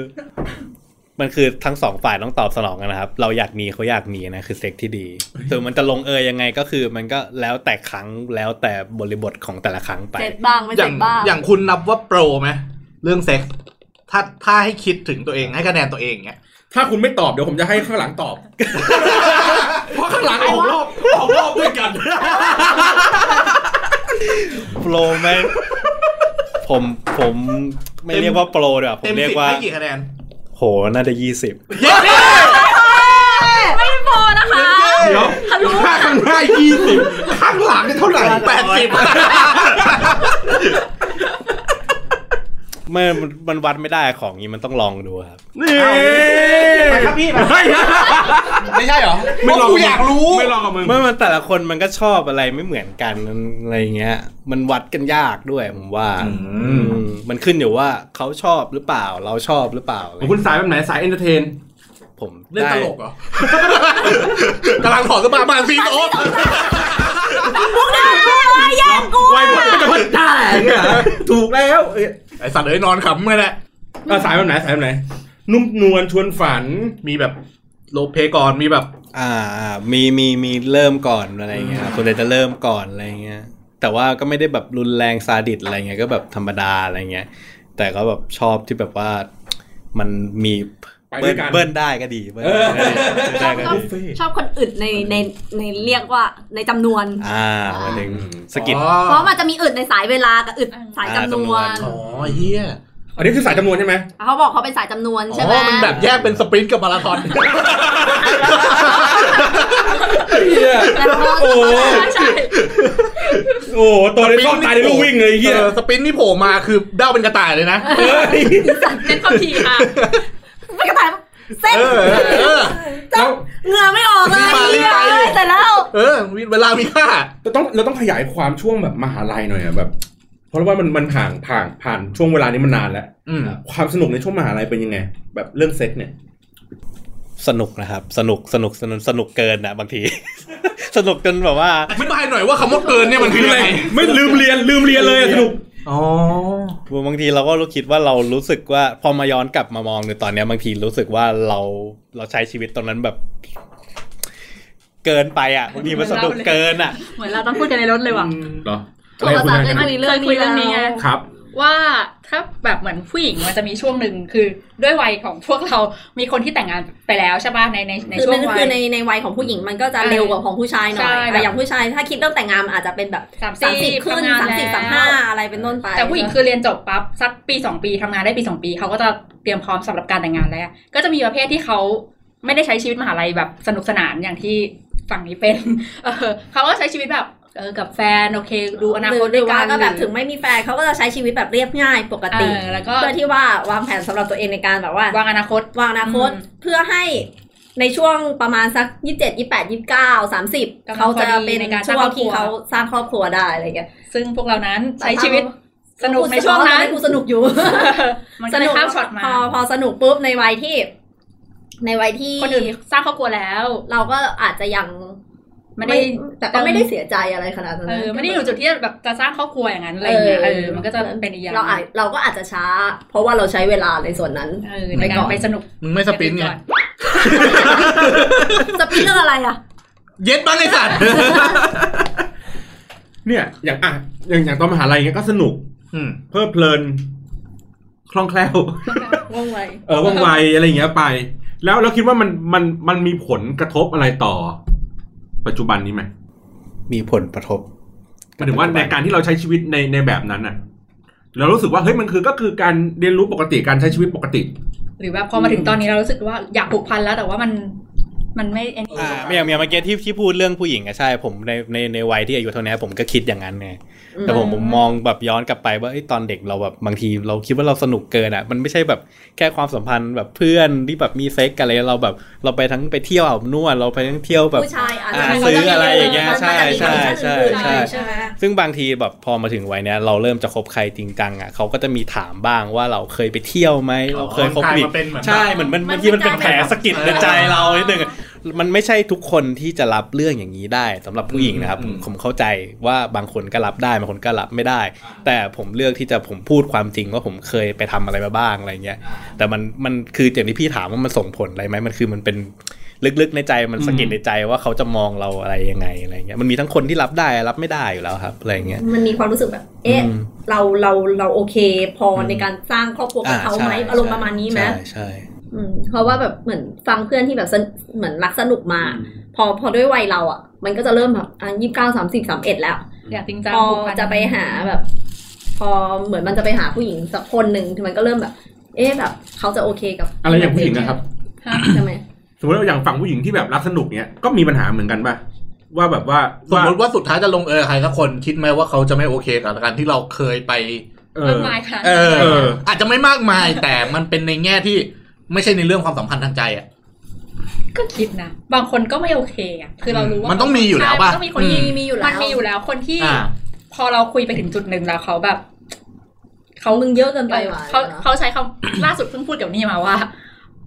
มันคือทั้งสองฝ่ายต้องตอบสนองกันนะครับ เราอยากมีเขาอยากมีนะคือเซ็กที่ดีส่วนมันจะลงเอยยังไงก็คือมันก็แล้วแต่ครั้งแล้วแต่บริบทของแต่ละครั้งไป เจ็บบ้างไม่ อย่า เจ็ ง บบ้าง อย่างคุณนับว่าโปรไหมเรื่องเซ็กถ้าถ้าให้คิดถึงตัวเองให้คะแนนตัวเองเงี้ย ถ้าคุณไม่ตอบเดี๋ยวผมจะให้ข้างหลังตอบ เพราะข้างหลังออกรอบออกรอบด้วยกัน โปรไหมผมผมไม่เรียกว่าโปรเดี๋ยวาผ เต็ ม ม เรียก สิบ ว่า ให้กี่คะแนน โหน่าจะยี่สิบ เย้ ไม่พอนะคะ เดี๋ยวข้างหน้ายี่สิบข้างหลังเนี่ยเท่าไหร่ แปดสิบ ไม่มันมันวัดไม่ได้ของนี้มันต้องลองดูครับ นี่ ไปครับพี่ไป เฮ้ย ไม่ใช่เหรอ ไม่ลอง กูอยากรู้ ไม่ลองกับมึง เมื่อมันแต่ละคนมันก็ชอบอะไรไม่เหมือนกันอะไรอย่างเงี้ย มันวัดกันยากด้วยผมว่า อืม อืมมันขึ้นอยู่ว่าเขาชอบหรือเปล่า เราชอบหรือเปล่าอะไร ของคุณสายแบบไหนสายเอนเตอร์เทน ผม เล่น ได้ ตลกเหรอ กำลังถอดเสื้อผ้ามาซีโอ ไวพจน์จะพัดได้เนี่ยถูกแล้วเอ้ย ไอสัตว์เอ้ยนอนขำไงแหละ เอ้าสายแบบไหนสายแบบไหน นุ่มนวลชวนฝัน มีแบบโลเพก่อนมีแบบ อ่าอ่ามีมีมีเริ่มก่อนอะไรอย่างเงี้ยครับส่วนใหญ่จะเริ่มก่อนอะไรอย่างเงี้ย แต่ว่าก็ไม่ได้แบบรุนแรงซาดิสอะไรเงี้ยก็แบบธรรมดาอะไรเงี้ย แต่ก็แบบชอบที่แบบว่ามันมี ไปด้ เบิ้ วย ล กัน เบิ้ลได้ก็ดีเบิ้ลได้ก็ดีเบิ้ลได้ก็ดี ชอบคนอึดในในในเรียกว่าในจำนวน อ่าวันหนึ่งสะกิด อ๋อ เพราะมันจะมีอึดในสายเวลากับอึดสายจำนว อ่าน จำนวน อ๋อเฮีย อันนี้คือสายจำนวนใช่ไหม เขาบอกเขาเป็นสายจำนวน อ๋ ใช่ไหม อมันแบบแยกเป็นสปรินต์กับมาราธอน แต่พอ โอ้โห ใช่ โอ้โหตัวในช่องตายในลูกวิ่งเลยไอ้เฮีย ออสปรินต์ที่โผล่มาคือเด้าเป็นกระต่ายเลยนะ เฮ้ย เน้นความถี่ ค่ะ ไม่กระต่ายเส้น เออ เออ แล้ว เหงื่อไม่ออกเลย รีบไปรีบไป เฮ้ยแต่แล้ว เออเวลามีค่า เราต้องเราต้องขยายความช่วงแบบมหาลัยหน่อยอะแบบ เพราะว่ามันมันห่างผ่านผ่านช่วงเวลานี้มานานแล้ว อืม ความสนุกในช่วงมหาลัยเป็นยังไง แบบเรื่องเซ็กเนี่ย สนุกนะครับ สนุกสนุกสนุกสนุกเกินนะบางที สนุกจนแบบว่า ไม่บายหน่อยว่าคำว่าเกินเนี่ยมันคืออะไร ไม่ลืมเรียนลืมเรียนเลยอะสนุก อ๋อ บางทีเราก็รู้คิดว่าเรารู้สึกว่าพอมาย้อนกลับมามองในตอนเนี้ยบางทีรู้สึกว่าเราเราใช้ชีวิตตอนนั้นแบบ เกินไปอ่ะบางทีมันสนุกเกินอ่ะ เหมือนเราต้องพูดกันในรถเลยว่ะ เหรอ โทรศัพท์เลยมี เค เรื่อง ยคุยเรื่องนี้ไง ครับ ว่าถ้าแบบเหมือนผู้หญิงมันจะมีช่วงหนึ่งคือด้วยวัยของพวกเรา มีคนที่แต่งงานไปแล้วใช่ป่ะในในใน คือ ช่ว มั ง น วัย คือในในวัยของผู้หญิงมันก็จะเร็วกว่าของผู้ชายหน่ ใช่ อย แบบ แต่อย่างผู้ชายถ้าคิดเรื่องแต่งงานมันอาจจะเป็นแบบ สาม สามสิบสิบ ขึ้น ทำงน สามสิบ แล้ว สามห้าอะไรเป็นต้นไป แต่ผู้หญิงคือเรียนจบปั๊บสักปีสองปีทำงานได้ปีสองปีเขาก็จะเตรียมพร้อมสำหรับการแต่งงานแล้ว ก็จะมีประเภทที่เขาไม่ได้ใช้ชีวิตมหาลัยแบบสนุกสนานอย่างที่ฝั่งนี้เป็น เออเขาก็ใช้ชีวิตแบบเออกับแฟนโอเค ดูอนาคต ห ด้ รื วย อ กั ว่าน ก็แบบถึงไม่มีแฟนเขาก็จะใช้ชีวิตแบบเรียบง่ายปกติ เออแล้วก็ เพื่อที่ว่าวางแผนสำหรับตัวเองในการแบบว่า วางอนาคต วางอนาคต อืม เพื่อให้ในช่วงประมาณสักยี่สิบเจ็ดยี่แปดยี่เก้าสามสิบ กำลัง เขาจะ พอดี เป็น ในการส ช่ ร้าง ว ครง อบครั ที่ ว เขาสร้างครอบครัวได้อะไรเงี้ย ซึ่งพวกเรานั้นใช้ชีวิตสนุกในช่วงนั้น กูสนุกอยู่ มัน ส ก็เลย นุก ข้ามช็อตมา พอพอสนุกปุ๊บในวัยที่ ในวัยที่ คนอื่นสร้างครอบครัวแล้ว เราก็อาจจะยัง ไม่ได้ แต่ก็ไม่ได้เสียใจอะไรขนาดนั้น เออไม่ได้อยู่จุดที่แบบจะสร้างครอบครัวอย่างนั้นอะไรอย่างเงี้ยเออมันก็จะเป็นอีกอย่าง เราอาจเราก็อาจจะช้า เพราะว่าเราใช้เวลาในส่วนนั้น เออในการไปสนุก มึงไม่สปรินต์ไง จะปีเรื่องอะไรอ่ะ เย็ดบ้างไอสัตว์ เนี่ย อย่างอ่ะอย่างอย่างตอนมหาลัยเงี้ยก็สนุก อืม เพลิดเพลิน คล่องแค ล่ว ว่องไว เออว่องไวอะไรอย่างเงี้ยไป แล้วเราคิดว่ามันมันมันมีผลกระทบอะไรต่อ ปัจจุบันนี้ไหม มีผลกระทบ หมายถึงว่าในการที่เราใช้ชีวิตในในแบบนั้นอะเรารู้สึกว่าเฮ้ยมันคือก็คือการเรียนรู้ปกติการใช้ชีวิตปกติ หรือแบบพอมาถึงตอนนี้เรารู้สึกว่าอยากผูกพันแล้วแต่ว่ามันมันไม่ไอ้นี่ อ่าไม่อย่างเมื่อกี้ที่ที่พูดเรื่องผู้หญิงอะใช่ผมในในในวัยที่อายุเท่านี้ผมก็คิดอย่างนั้นไงแต่ผมผมมองแบบย้อนกลับไปว่าเอ้ยตอนเด็กเราแบบบางทีเราคิดว่าเราสนุกเกินอะมันไม่ใช่แบบแค่ความสัมพันธ์แบบเพื่อนที่แบบมีเซ็กกันอะไรเราแบบเราไปทั้งไปเที่ยวอาบอบนวดเราไปทั้งเที่ยวแบบ ผู้ชายอาจ อ่า จะ ซื้ออะไรอย่างเงี้ย มัน ใช่ จะมี ใช่ใช่ คอนเทนต์อื่นๆ ใช่ ใช่ไหม ซึ่งบางทีแบบพอมาถึงวัยเนี้ยเราเริ่มจะคบใครจริงจังอ่ะเขาก็จะมีถามบ้างว่าเราเคยไปเที่ยวไหมเราเคยคบ มันกลาย บิ๊ก มาเป็นเหมือนแบบ ใช่เหมือนมัน มัน บางทีมัน เป็ เป็นการนแผลสะกิดในใจเรานิดนึงอะมันไม่ใช่ทุกคนที่จะรับเรื่องอย่างนี้ได้สำหรับผู้หญิงนะครับ อืม ผมเข้าใจว่าบางคนก็รับได้บางคนก็รับไม่ได้ แต่ผมเลือกที่จะผมพูดความจริงว่าผมเคยไปทำอะไรมาบ้างอะไรเงี้ย แต่มันมันคืออย่างที่พี่ถามว่ามันส่งผลอะไรไหมมันคือมันเป็นลึกๆในใจมันสะกิดในใจว่าเขาจะมองเราอะไรยังไงอะไรเงี้ยมันมีทั้งคนที่รับได้รับไม่ได้อยู่แล้วครับอะไรเงี้ย มันมีความรู้สึกแบบ เอ๊ะ อืม เราเราเราโอเคพออ ม ในการสร้างครอบครัวกับเขาไหม ใช่ อารมณ์ประมาณนี้ไหม ใช่ใช่ อืมเพราะว่าแบบเหมือนฟังเพื่อนที่แบบสนเหมือนรักสนุกมา พอพอด้วยวัยเราอ่ะ มันก็จะเริ่มแบบอ่ะยี่สิบเก้าสามสิบสามเอ็ดแล้ว อยากจริงจัง พอ ผูกพัน จะไปหาแบบ พอเหมือนมันจะไปหาผู้หญิงสักคนหนึ่งมันก็เริ่มแบบ เอ๊ะแบบเขาจะโอเคกับ อะไรอย่างผู้หญิงนะครับ ใช่ไหม สมมติว่าอย่างฝั่งผู้หญิงที่แบบรักสนุกเนี้ยก็มีปัญหาเหมือนกันป่ะว่าแบบว่า สมมติว่าสุดท้ายจะลงเอยกับใครสักคนคิดไหมว่าเขาจะไม่โอเคกับการที่เราเคยไป เอ มาก อ มายค่ะ เออ เออ อาจจะไม่มากมาย แต่มันเป็นในแง่ที่ไม่ใช่ในเรื่องความสัมพันธ์ทางใจอ่ะ ก็คิดนะ บางคนก็ไม่โอเคอ่ะคือเรารู้ว่า มั มัน ต้องมีอยู่แล้วป่ะ มันต้องมีคน มี ที่ มีอยู่แล้ว มันมีอยู่แล้วคนที่ อ่า พอเราคุยไปถึงจุดหนึ่งแล้วเขาแบบเขา มึงเยอะเกินไป เออ ว่ะ เขา เนอะ เขาใช้คำ ล่าสุดเพิ่งพูดกับนี่มาว่า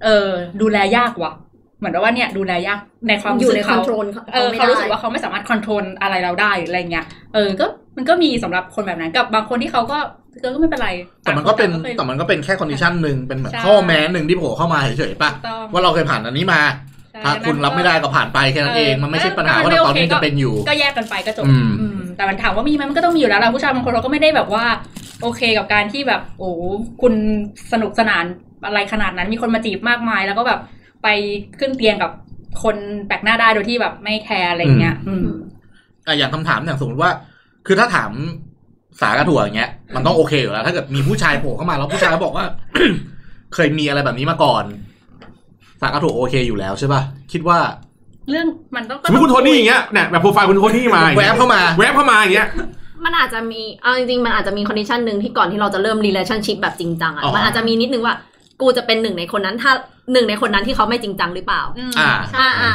เออ ดูแลยากว่ะ เหมือนว่าเนี่ย ดูแลยากในความ อ รู้ ยู่ สึ ใน ก คอน เขา โทรล เออเขารู้สึกว่าเขาไม่สามารถควบคุมอะไรเราได้หรืออะไรเงี้ย เออ ก็มันก็มีสำหรับคนแบบนั้นกับบางคนที่เขาก็เออก็ไม่เป็นไร แต่มันก็เป็น างค แต่ ต่าง มันก็เป็นแค่คอนดิชันหนึ่งเป็นเหมือน ใช่ ข้อแม้หนึ่งที่โผล่เข้ามาเฉยๆป่ะ ถูกต้อง ว่าเราเคยผ่านอันนี้มา ใช่ ถ้าคุณรับไม่ได้ก็ผ่านไปแค่นั้นเอง มันไม่ใช่ปัญหาว่าตอนนี้จะเป็นอยู่ ก็แยกกันไปก็จบ อืม อืมแต่มันถามว่ามีไหมมันก็ต้องมีอยู่แล้วล่ะผู้ชายบางคนเราก็ไม่ได้แบบว่า โอเคกับการที่แบบโอ้โหคุณสนุกสนานอะไรขนาดนั้น มีคนมาจีบมากมาย แล้วก็แบบไปขึ้นเตียงกับคนแปลกหน้าได้โดยที่แบบไม่แคร์อะไรเงี้ย อืม อ่ะอย่างคำถามอย่างสมมติว่า คือถ้าถามสากระถั่วอย่างเงี้ย มันต้องโอเคอยู่แล้ว ถ้าเกิดมีผู้ชายโผล่เข้ามาแล้วผู้ชายบอกว่า เคยมีอะไรแบบนี้มาก่อน สากระถั่วโอเคอยู่แล้วใช่ป่ะ คิดว่า เรื่องมันต้อง สมมติคุณโทนี่อย่างเงี้ยเนี่ยแบบโปรไฟล์คุณโทนี่มาอย่าง แว เงี้ บ ย เข้ามา แวบเข้ามาอย่างเงี้ย มันอาจจะมีเอาจริงๆมันอาจจะมีคอนดิชันหนึ่งที่ก่อนที่เราจะเริ่ม relationship แบบจริงจังอ่ะ อ๋อ มันอาจจะมีนิดนึงว่ากูจะเป็นหนึ่งในคนนั้นถ้าหนึ่งในคนนั้นที่เขาไม่จริงจังหรือเปล่า อ่า อ่าอ่า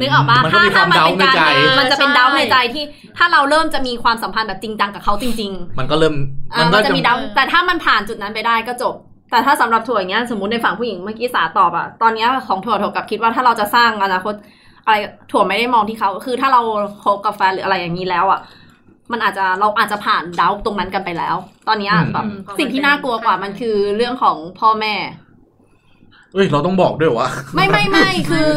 นึกออกปะ มันก็ ถ้า มีถ้าวคาม มันเป็น เดาใน การ ใจ มันจะเป็น ใช่ ดาวในใจที่ ถ้าเราเริ่มจะมีความสัมพันธ์แบบจริงจังกับเขาจริง ๆ มันก็เริ่ม อ่ะมันจะมีดาว เออ แต่ถ้ามันผ่านจุดนั้นไปได้ก็จบ แต่ถ้าสำหรับถั่วอย่างเงี้ยสมมติในฝั่งผู้หญิงเมื่อกี้สาตอบอะตอนเนี้ยของถั่วถั่วกลับคิดว่าถ้าเราจะสร้างอนาคตอะไรถั่วไม่ได้มองที่เขาคือถ้าเราคบกับแฟนหรืออะไรอย่างนี้แล้วอะมันอาจจะเราอาจจะผ่านดาวตรงนั้นกันไปแล้ว ตอนเนี้ยแบบ อืม สิ่งที่น่ากลัวกว่ามันคือเรื่องของพ่อแม่ เอ้ยเราต้องบอกด้วยว่า ไม่ไม่ไม่คือ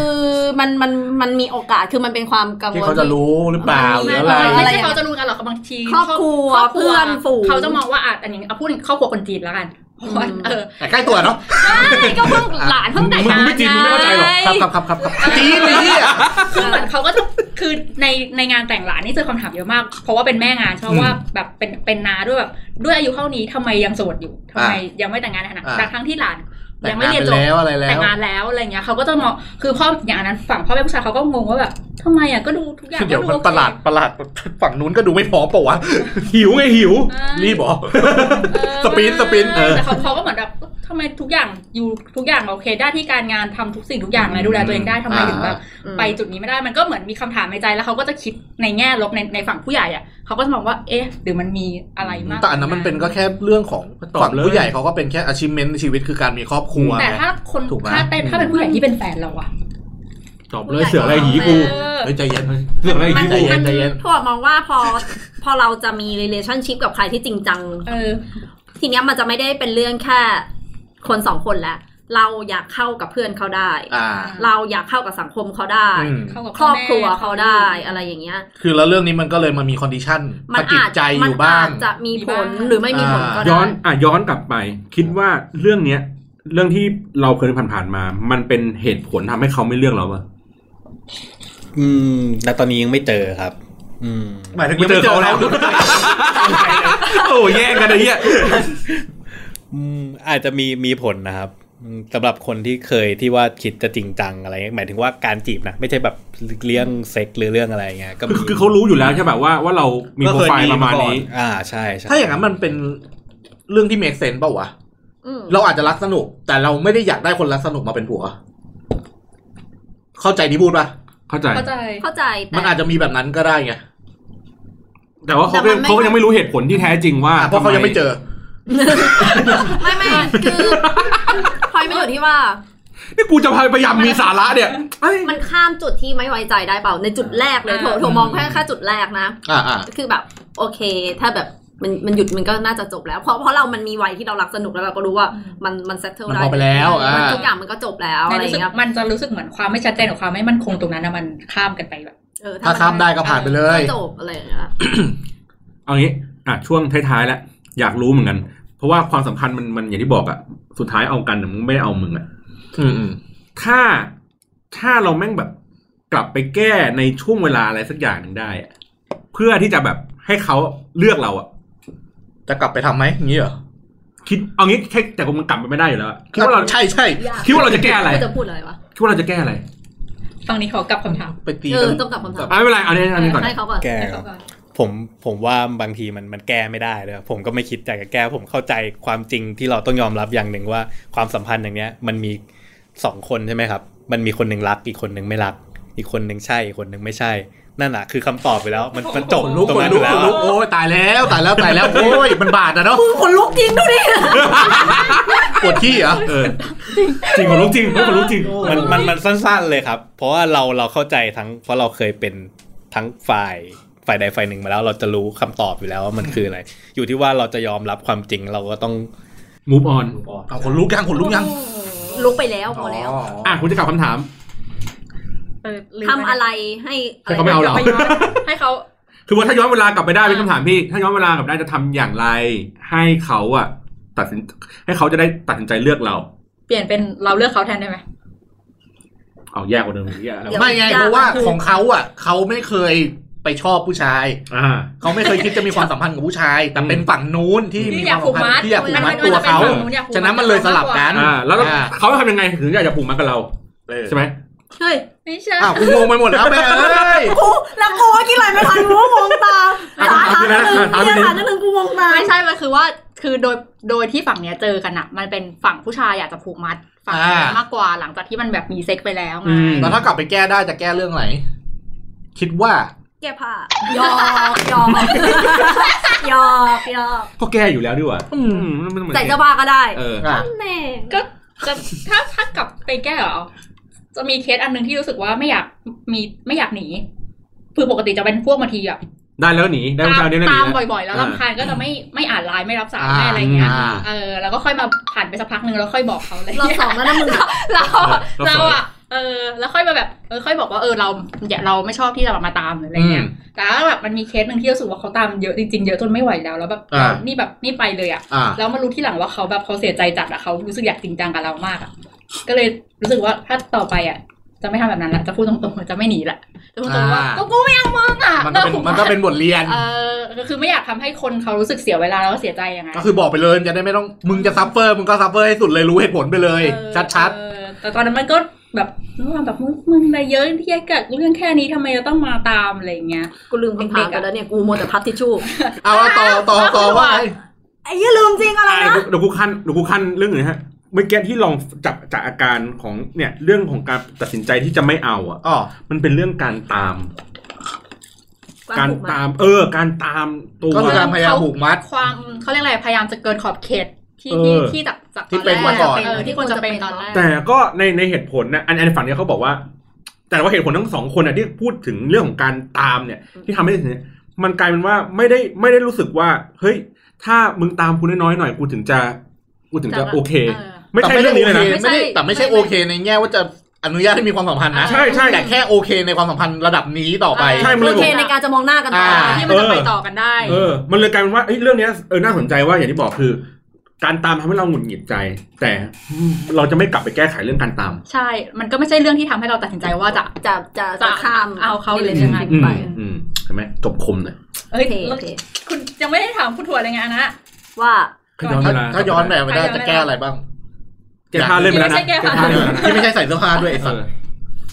มันมันมันมีโอกาสคือมันเป็นความกัง ที่ วล เขาจะรู้หรือเปล่าหรืออะไร ไม่ใช่เขาจะรู้กันหรอกบางที ครอบครัว คบครัว เพื่อนฝูง เขาจะมองว่าอาจอันนี้เอาพูดถึงครอบครัวคนจีนแล้วกันเพ ราะว่าเออ แต่ใกล้ตัวเนาะ ใช่ก็เพิ่งหลานเพิ่งแต่งงาน มึงไม่จีนมึงไม่เข้าใจหรอก ครับครับครับครับครับจีนไอ้เหี้ย คือเหมือนเขาก็จะคือในในงานแต่งหลานนี่เจอคำถามเยอะมาก เพราะว่าเป็นแม่งานเพราะว่าแบบเป็นเป็นนาด้วยแบบด้วยอายุเท่านี้ทำไมยังโสดอยู่ทำไมยังไม่แต่งงานในฐานะ อ่า ดังทั้งที่หลาน แต่ ยัง งไม่ งาน เรียน ไป จบ แล้วอะไรแล้ แต่ ว งงานแล้วอะไรเงี้ยเขาก็จะมองคือพ่ออย่างอันนั้นฝั่งพ่อแม่ผู้ชายเขาก็งงว่าแบบทำไมอ่ะก็ดูทุกอย่าง เดี๋ยว ก็ มัน โอค ประหลาดประหลาดฝั่งนู้นก็ดูไม่พร้อมเปล่าวะ หิวไงหิว อ่า รีบเหรอ เออ สปินสปินเออ แต่เขาเขาก็เหมือนแบบทำไมทุกอย่างอยู่ทุกอย่างโอเคได้ที่การงานทำทุกสิ่งทุกอย่างอะไรดูแลตัวเองได้ทำไมถึงแบบ อืม ไปจุดนี้ไม่ได้มันก็เหมือนมีคำถามในใจแล้วเขาก็จะคิดในแง่ลบในในฝั่งผู้ใหญ่อ่ะเขาก็จะมองว่าเอ๊ะหรือมันมีอะไรมาก แต่อันนั้นมันเป็นก็แค่เรื่องของฝั่งผู้ใหญ่เขาก็เป็นแค่ achievement ในชีวิตคือการมีครอบครัว แต่ ไง ถ้าคน ถูกไหม ถ้าเต้นถ้าเป็นผู้ใหญ่ที่เป็นแฟนเราอะ ตอบเลยเสือกอะไรหยีกู เออ เฮ้ยใจเย็น เสือกอะไรหยี มัน ใจ กู เย็ มัน นใจเย็น ถั่วมองว่าพอ พอเราจะมี relationship กับใครที่จริงจัง เออ ทีเนี้ยมันจะไม่ได้เป็นเรื่องแค่คนสองคนแล้ว เราอยากเข้ากับเพื่อนเขาได้ อ่า เราอยากเข้ากับสังคมเขาได้ อืม เข้ากับ ครอบครัว พ่แม่ เขาได้อะไรอย่างเงี้ย คือแล้วเรื่องนี้มันก็เลยมันมีคอนดิชัน มั สะกิด อาจ ใจอ มั ยู่บ้าง อาจจะมีผลหรือไม่มีผลก็ได้ ย้อนอ่ะย้อนกลับไป คิดว่าเรื่องเนี้ย เรื่องที่เราเคยผ่านๆมา มันเป็นเหตุผลทำให้เขาไม่เลือกเราปะ อืมแต่ตอนนี้ยังไม่เจอครับ อืม หมายถึงยังไม่เจอแล้ว โอ้แย่งกันไอ้เหี้ย อืมอาจจะมีมีผลนะครับอืมสำหรับคนที่เคยที่ว่าคิดจะจริงจังอะไรเงี้ยหมายถึงว่าการจีบนะไม่ใช่แบบเรื่องเซ็กหรือเรื่องอะไรเงี้ยก็มี คือเขารู้อยู่แล้วใช่ป่ะว่าว่าเรามีโปรไฟล์ประมาณนี้ อ่าใช่ใช่ ถ้าอย่างนั้นมันเป็นเรื่องที่เมคเซนเปล่าวะ อืม เราอาจจะรักสนุก แต่เราไม่ได้อยากได้คนรักสนุกมาเป็นผัว เข้าใจที่พูดปะ เข้าใจ เข้าใจ เข้าใจแต่ มันอาจจะมีแบบนั้นก็ได้ไง แต่ว่าเขาก็เขาก็ยังไม่รู้เหตุผลที่แท้จริงว่า อ่ะเพราะเขายังไม่เจอ ไม่ไม่ คือพอยไม่อยู่ที่ว่า นี่กูจะพาพยายามมีสาระเนี่ยเอ้ย มันข้ามจุดที่ไม่ไว้ใจได้เปล่าในจุดแรกเลย อ่า โถโถมองแค่แค่จุดแรกนะ อ่าอ่า คือแบบโอเค ถ้าแบบมันมันหยุดมันก็น่าจะจบแล้วเพราะเพราะเรามันมีวัยที่เรารักสนุกแล้วเราก็รู้ว่ามันมันเซ็ตเทิล มัน ได้ พอไปแล้วอ่า มันทุกอย่างมันก็จบแล้ว ใน อะไรอ รู้ ย่างสึก เงี้ย มันจะรู้สึกเหมือนความไม่ชัดเจนกับความไม่มั่นคงตรงนั้นนะมันข้ามกันไปแบบ เออ ถ้าข้ามได้ก็ผ่านไปเลย ก็จบอะไรอย่างเงี้ย เอางี้อ่ะช่วงท้ายๆแล้วอยากรู้เหมือนกัน เพราะว่าความสำคัญมันมันอย่างที่บอกอะสุดท้ายเอากันแต่มึงไม่ได้เอามึงอะ อืมอืม ถ้าถ้าเราแม่งแบบกลับไปแก้ในช่วงเวลาอะไรสักอย่างหนึ่งได้อะเพื่อที่จะแบบให้เขาเลือกเราอะ จะกลับไปทำไหมอย่างนี้เหรอ คิดเอางี้แค่แต่คงมันกลับไปไม่ได้อยู่แล้วอะคิดว่าเรา ใช่ใช่ ยก คิดว่าเราจะแก้อะไร กูจะพูดอะไรวะ คิดว่าเราจะแก้อะไร ตอนนี้ขอกลับคำถาม ไปตี เออ กัน ต้องกลับคำถาม อ่ะไม่เป็นไรเอาเนี้ยเอาเนี้ยก่อน ให้เขาก่อน แก้ครับผมผมว่าบางทีมันมันแก้ไม่ได้เลยผมก็ไม่คิดอยากจะแก้ผมเข้าใจความจริงที่เราต้องยอมรับอย่างหนึ่งว่าความสัมพันธ์อย่างเนี้ย มันมีสองคนใช่ไหมครับ มันมีคนหนึ่งรักอีกคนหนึ่งไม่รัก อีกคนหนึ่งใช่อีกคนหนึ่งไม่ใช่ นั่นแหะคือคำตอบไปแล้ว มันมันจบ ขนลุก ตร ข ง น นั้น ลุ ไป กขแล้วน ลุกโอ้ยตายแล้วตายแล้ว ตายแล้วโอ้ยมันบาดนะเนาะ ขนลุกจริงดูดิ ปวดขี้เหรอ เออจริงขนลุกจริงขนลุกจริง มันมันมันสั้นๆเลยครับ เพราะว่าเราเราเข้าใจทั้งเพราะเราเคยเป็นทั้งฝ่ายฝ่ายใดฝ่ายหนึ่งมาแล้ว เราจะรู้คำตอบอยู่แล้วว่ามันคืออะไร อยู่ที่ว่าเราจะยอมรับความจริงเราก็ต้อง มูฟออน เอาขนลุกยังขนลุกยัง ลุกไปแล้วพอแล้ว อ่ะคุณจะกลับคำถาม เออลืม ทำอะไรให้ ให้เขาไม่เอาเรา ให้ขให้เขา คือว่าถ้าย้อนเวลากลับไปได้เป็นคำถามพี่ถ้าย้อนเวลากลับได้จะทำอย่างไร ให้เขาอะตัดสินให้เขาจะได้ตัดสินใจเลือกเรา เปลี่ยนเป็นเราเลือกเขาแทนได้ไหม เอาแยกกว่าเดิมอีกอ่ะแล้ว ไม่ไงเพราะว่าของเขาอ่ะเขาไม่เคยไปชอบผู้ชาย อ่า เขาไม่เคยคิดจะมีความสัมพันธ์กับผู้ชาย แต่เป็นฝั่งนู้นที่มี ที่ ค อ วาย ามสักผู มพักน มัด ธ์ที่อยากผูกมัดตัวเขา มันก็จะเป็นฝั่งนู้นอยากผูกมัด ฉะนั้นมันเลยสลับกัน อ่าแล้วเรา อ่า เขาทำยังไงถึงอยากจะปลูกมัดกับเรา เออ ใช่ไหม เฮ้ย ไม่ใช่ อ้าวกูงงไปหมดแล้วแม่เอ้ย กูแล้วกูว่ากินอะไรไม่ทันกูก็มองตาตาตาหนึ่งเนี่ยตาหนึ่งกูมองตา ไม่ใช่มันคือว่าคือโดยโดยที่ฝั่งเนี้ยเจอกันอะมันเป็นฝั่งผู้ชายอยากจะผูกมัดฝั่งผู้หญิงมากกว่าหลังจากที่มันแบบมีเซ็กไปแล้วไง แล้วถ้ากลับไปแก้ได้จะแก้เรื่องไหน คิดว่า แก้ผ้ายอกยอกยอกยอก ก็แก้อยู่แล้วดีกว่ามันไม่เหมือน ใส่เสื้อผ้าก็ได้ เออ อ่ะ แน่ ก็จะถ้าถ้ากลับไปแก้เหรอจะมีเคสอันหนึ่งที่รู้สึกว่าไม่อยากมีไม่อยากหนีคือปกติจะเป็นพวกบางทีแบบ ได้แล้วหนีได้ ตาม เช้านี้แล้วห ตา นี ม แล้ว บ่อยๆ แล้ว อ่า ลำคาญก็จะไม่ไม่อ่านไลน์ไม่รับสายไม่อะไรเงี้ย อ่า เออ แล้วก็ค่อยมาผ่านไปสักพักหนึ่งแล้วค่อยบอกเขาเลย เราสองแล้วนะมึง เรา เรา เรา สอน อะเออ แล้วค่อยมาแบบเออค่อยบอกว่าเออเราอย่าเราไม่ชอบที่จะแบบมาตามหรืออะไร อืม เงี้ย แต่ว่าแบบมันมีเคสหนึ่งที่รู้สึกว่าเขาตามเยอะจริงๆเยอะจนไม่ไหวแล้วแล้วแบบ อ่า นี่แบบนี่ไปเลยอะ อ่ะ แล้วมารู้ที่หลังว่าเขาแบบเขาเสียใจจัดอะเขารู้สึกอยากจริงจังกับเรามากอะก็เลยรู้สึกว่าถ้าต่อไปอะจะไม่ทำแบบนั้นละจะพูดตรงๆจะไม่หนีละจะพูดตรงๆว่าก็กูไม่เอามึงอะ มันก็เป็นมันก็เป็นบทเรียน เออก็คือไม่อยากทำให้คนเขารู้สึกเสียเวลาแล้วก็เสียใจยังไง ก็คือบอกไปเลยจะได้ไม่ต้องมึงจะซัฟเฟอร์มึงก็ซัฟเฟอร์ให้สุดเลยรู้เหตุผลไปเลย เออ ชัด เออแต่ตอนนั้นมันก็แบบรู้ว่าแบบมึงมึงอะไรเยอะที่แยกับเรื่องแค่นี้ทำไมจะต้องมาตามอะไรอย่างเงี้ย กูลืมคำถามไปแล้วเนี่ยกูโมวแต่พับทิชชู่ ๆ เอาเอาต่อต่อต่อว่า ไอ้ยี่ลืมจริงอะไร อ่ะ นะ เดี๋ยวกูขั้นเดี๋ยวกูขั้นเรื่องหนึ่งนะฮะเมื่อกี้ที่ลองจับจากอาการของเนี่ยเรื่องของการตัดสินใจที่จะไม่เอาอ่ะ อ๋อ มันเป็นเรื่องการตาม การ ผูมัด ตาม เออ การตามตัว ก็คือการพยายาม เขา ผูกมัด ความเขาเรียกอะไรพยายามจะเกินขอบเขตที่ เอ ที่ อ ที่จากจาก ที่เป็นมาก่อน เออที่ควรจะเป็นตอนแรก แต่ก็ในในเหตุผลนะอันอันฝั่งเนี้ยเขาบอกว่า แต่ว่าเหตุผลทั้งสองคนอ่ะที่พูดถึงเรื่องของการตามเนี่ย ที่ทำให้ถึงเนี่ยมันกลายเป็นว่าไม่ได้ไม่ได้รู้สึกว่า เฮ้ย ถ้ามึงตามกูน้อยๆหน่อยกูถึงจะกูถึงจะโอเค เออ ไม่ใช่ แต่ เรื่องนี้เลยนะ โอคไม่ได้แต่ไม่ใช่โอเคในแง่ว่าจะอนุญาตให้มีความสัมพันธ์นะ ใช่ใช่ แต่แค่โอเคในความสัมพันธ์ระดับนี้ต่อไป ใช่มันเล โอย เคในการจะมองหน้ากันต่อ อ่า ที่มันจะไปต่อกันได้ เออ มันเลยกลายเป็นว่าเอ้ยเรื่องเนี้ยเออน่าสนใจว่าอย่างที่บอกคือ การตามทำให้เราหงุดหงิดใจ แต่เราจะไม่กลับไปแก้ไขเรื่องการตาม ใช่ มันก็ไม่ใช่เรื่องที่ทำให้เราตัดสินใจว่าจะ จะจะจะข้าม เอาเขาหรือ ยั ยัง ง ไง ไง อืม ไป อืมใช่ไหมจบคมเลย เอ้ย โอเคโอเค คุณยังไม่ได้ถามคุณถั่วเลยไงอันนะ ว่า ถ้าย้อนเว ถ้า ลา ถ้าย้อนแบบไม่ได้ ถ้าย้อน จะแก้อะไรบ้าง แก้ผ้าเล่นไปแล้วนะ ไม่ใช่แก้ผ้า เล่นไปแล้วนะ ที่ไม่ใช่ใส่เสื้อผ้าด้วยไอ้สัตว์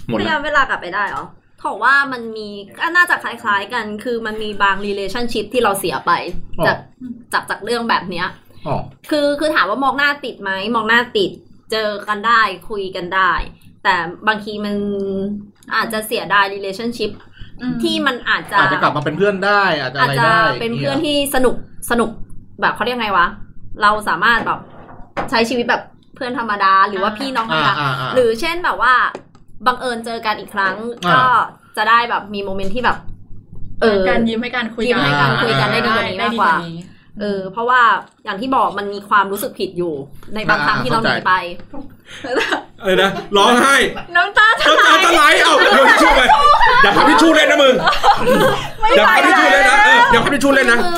หมด เว แล้ ลาว เวลากลับไปได้เหรอถอกว่ามันมีก็น่าจะคล้าย ๆกัน คือมันมีบาง relationship ที่เราเสียไป อ๋อ จากจากจากเรื่องแบบเนี้ย อ๋อ คือคือถามว่ามองหน้าติดไหมมองหน้าติด เจอกันได้คุยกันได้ แต่บางทีมันอาจจะเสียดาย relationship อืม ที่มันอาจจะ อาจจะกลับมาเป็นเพื่อนได้อาจจะ อา อะ จ ไร จะ ได้ เป็นเพื่อนที่สนุกสนุกแบบเขาเรียกไงวะ เราสามารถแบบใช้ชีวิตแบบเพื่อนธรรมดาหรือว่าพี่น้องธรร อ่าม ดา อ่าอ่า หรือเช่นแบบว่าบังเอิญเจอกันอีกครั้ง อ่า ก็จะได้แบบมีโมเมนต์ที่แบบ เออ การยิ้มให้การคุย ยิ้มให้การคุยกันได้ดีกว่านี้ ได้ มากกว่า ได้ดีกว่านี้ เออ เพราะว่าอย่างที่บอกมันมีความรู้สึกผิดอยู่ ในบางครั้งที่เราหนีไป เออนะร้องไห้ น้ำตาจะ น้ำตาจะไหลไหลเอ้าโยนทิชชู่ไปอย่าพับทิชชู่เล่นนะมึงอย่าพับทิชชู่เล่นนะเอออย่าพับทิชชู่เล่นนะ คือ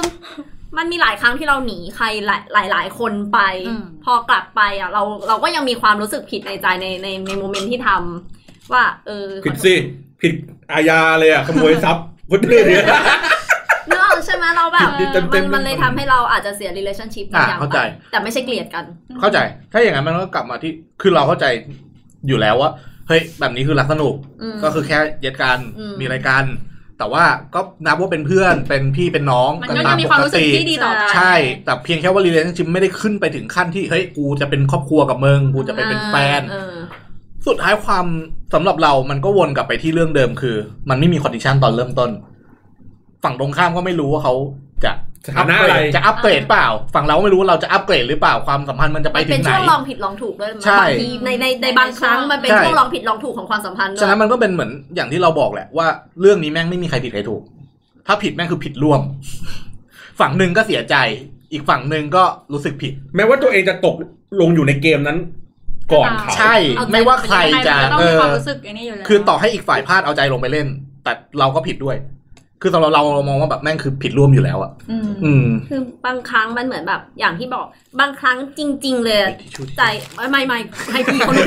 มันมีหลายครั้งที่เราหนีใครหลายหลายหลายคนไป อืม พอกลับไปอ่ะ เราเราก็ยังมีความรู้สึกผิดในใจในในในโมเมนต์ที่ทำว่า เออ ผิดสิ ผิดอาญาเลยอ่ะ ขโมยทรัพย์ คนอื่นเนี่ย เนื้ออกใช่ไหมเราแบบ ผิดเต็มๆ มันมัน เรื่อง เลยทำให้เราอาจจะเสีย relationship บาง อ่า อย่าง เข้า ไป ใจ แต่ไม่ใช่เกลียดกัน เข้าใจ ถ้าอย่างนั้นมันก็กลับมาที่ คือเราเข้าใจอยู่แล้วว่า เฮ้ย แบบนี้คือรักสนุก อืม ก็คือแค่เย็ดกัน อืม มีรายการ แต่ว่าก็นับว่าเป็นเพื่อน เป็นพี่เป็นน้อง มัน กัน ก็ ตา จะ ม มี ป ความ ก รู้สึก ติ ที่ดีต่อกัน ใช่ แต่เพียงแค่ว่า relationship ไม่ได้ขึ้นไปถึงขั้นที่ เฮ้ย กูจะเป็นครอบครัวกับมึง กูจะไปเป็นแฟน เออ สุดท้ายความสำหรับเรา มันก็วนกลับไปที่เรื่องเดิมคือ มันไม่มีคอนดิชันตอนเริ่มต้น ฝั่งตรงข้ามก็ไม่รู้ว่าเขาจะ สถานะอะไร ปเกดจะอัปเกรดเปล่า ฝั่งเราก็ไม่รู้ว่าเราจะอัปเกรดหรือเปล่า ความสัมพันธ์มันจะไป มัน ถึ เป็น งไหน ช่วงลองผิดลองถูกด้วยมั้ย ใช่ บางทีในในในบางครั้งมันเป็น ใช่ ช่วงลองผิดลองถูกของความสัมพันธ์ด้ว ฉะนั้น ย มันก็เป็นเหมือนอย่างที่เราบอกแหละว่าเรื่องนี้แม่งไม่มีใครผิดใครถูก ถ้าผิดแม่งคือผิดร่วม ฝั่งหนึ่งก็เสียใจ อีกฝั่งหนึ่งก็รู้สึกผิด แม้ว่าตัวเองจะตกลงอยู่ในเกมนั้น ก่อนเขา ใช่ ไม่ว่าใคร ยังไง จะ มันก็ต้อง เอ มี อ ความรู้สึกอันนี้อยู่แล้ว คือต่อให้อีกฝ่ายพลาดเอาใจลงไปเล่น แต่เราก็ผิดด้วย คือสำหรับเราเรามองว่าแบบแม่งคือผิดร่วมอยู่แล้วอะ อืม อืม คือบางครั้งมันเหมือนแบบอย่างที่บอกบางครั้งจริง ๆ เลยใจไม่ไม่ไม่ให้พี่ เขาลุก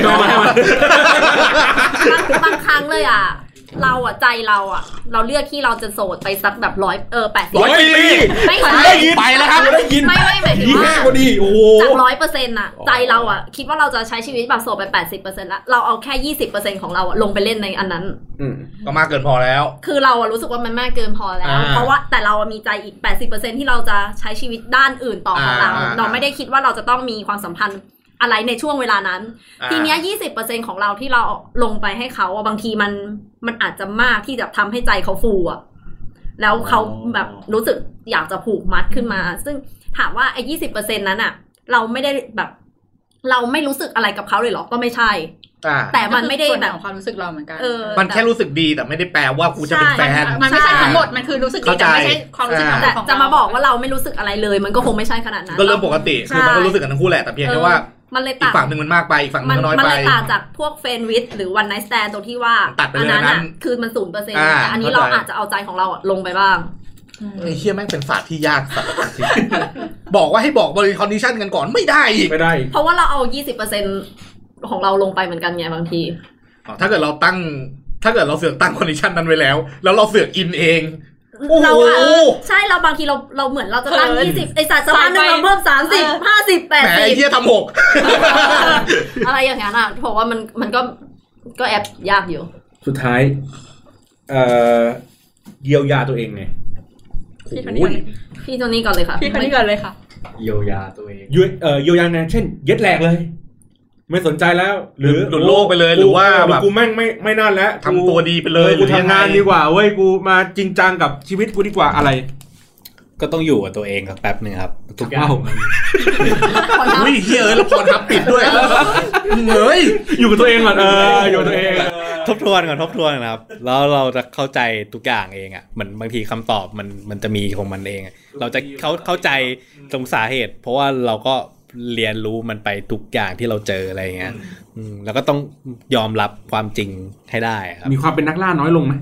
บางบางครั้งเลยอ่ะ เราอ่ะใจเราอ่ะ เราเลือกที่เราจะโสดไปสักแบบร้อยเออแปดสิบ ร้อยปี ไม่ใช่ ได้ยินไปแล้วครับได้ยิน ไม่ไม่หมายถึง ยี่ ว่า ห้าก็ดี โอ้โห จากร้อยเปอร์เซ็นต์อ่ะ ใจเราอ่ะ คิดว่าเราจะใช้ชีวิตแบบโสดไปแปดสิบเปอร์เซ็นต์ละเราเอาแค่ยี่สิบเปอร์เซ็นต์ของเราอ่ะลงไปเล่นในอันนั้น ก็มากเกินพอแล้ว คือเราอะรู้สึกว่ามันมากเกินพอแล้ว อ่า เพราะว่าแต่เราอะมีใจอีก 80%ที่เราจะใช้ชีวิตด้านอื่นต่อของเรา อ่า เราไม่ได้คิดว่าเราจะต้องมีความสัมพันธ์อะไรในช่วงเวลานั้น อ่ะ ทีเนี้ย20%ของเราที่เราลงไปให้เขาอะบางทีมันมันอาจจะมากที่จะทำให้ใจเขาฟูอะแล้วเขาแบบรู้สึกอยากจะผูกมัดขึ้นมา ซึ่งถามว่าไอ้ยี่สิบเปอร์เซ็นนั้นอะเราไม่ได้แบบ เราไม่รู้สึกอะไรกับเขาเลยเหรอก็ไม่ใช่ อ่ะ แต่มันไม่ได้ ก็คือส่วห แบบงของความรู้สึกเราเหมือนกัน เออ มันแค่รู้สึกดีแต่ไม่ได้แปลว่ากูจะเป็นแฟน มันไม่ใช่ ใช่ ทั้งหมด มันคือรู้สึกดี เข้าใจ แต่ไม่ใช่ความรู้สึกทั้งหม แต่ ดของเร จะมาบอกว่าเราไม่รู้สึกอะไรเลย มันก็คงไม่ใช่ขนาดนั้น ก็เรื่องปกติคือมัน ใช่ ก็รู้สึกกันทั้งคู่แหละแต่เพียงแค่ว่า เออมันเลย อี ต่าก ง ฝั่งหนึ่งมันมากไปอีกฝั่งหนึ่ มั งมันน้อย มัน ไป เลยต่างจากพวกเฟนวิดหรือวันไนสแตนตรงที่ว่า ตัดไปเลย นั้นอะ นั้น คือมันศูนย์เปอร์เซ็นต์ อ่า แต่อันนี้เรา เข้าใจ อาจจะเอาใจของเราอะลงไปบ้าง อืม ไอ้เฮียแม่งเป็นศาสตร์ที่ยากสัตว์จริงๆบอกว่าให้บอกบริคอนดิชันกันก่อนไม่ได้อีก ไม่ได้ เพราะว่าเราเอา 20เปอร์เซ็นของเราลงไปเหมือนกันไงบางที อ๋อถ้าเกิดเราตั้ง ถ้าเกิดเราเสือกตั้งคอนดิชันนั้นไว้แล้ว แล้วเราเสือกอินเองโอ้โห เราอะใช่เราบางทีเราเราเหมือนเราจะตั้ง20ไอ้สัตว์สามหนึ่งเราเพิ่ม30 50 แหมไอ้เฮี 80 ยทำหก อะไรอย่างเงี้ยนะเพราะว่ามันมันก็ก็แอบยากอยู่ สุดท้าย เอ่อ เยียวยาตัวเองไง พี่คนนี้ก่อนเลย พี่โทนี่ก่อนเลยค่ะ พี่คนนี้ก่อนเลยค่ะ เยียวยาตัวเอง เยียเอ่อเยียวยาไงเช่น เย็ดแหลกเลย ไม่สนใจแล้ว ห ห รื รืออหลุดโลกไปเลยหรือว่า กู แบบ กูแม่งไม่ไม่นั่นแล้ว ทำตัวดีไปเลย ออกู หรือยั ทำงาน ไ ดีกว่าเว้ยกูมาจริงจังกับชีวิตกูดีกว่าอะไร ก็ต้องอยู่กับตัวเองสักแป๊บหนึ่งครับทุก เป้า ขอรับ อุ้ยเฮียเอ้ยแล้วพรทับปิดด้วยเฮ้ย อยู่กับตัวเองก่อนเอออยู่กับตัวเอง โท ทบทวนก่อนทบทวนก่อนนะครับ แล้วเราจะเข้าใจทุกอย่างเองอ่ะเหมือนบางทีคำตอบมันมันจะมีของมันเองอะเราจะเขาเข้าใจตรงสาเหตุ เพราะว่าเราก็เรียนรู้มันไปทุกอย่างที่เราเจออะไรอย่างเงี้ยอืมแล้วก็ต้องยอมรับความจริงให้ได้อะครับ มีความเป็นนักล่าน้อยลงไหม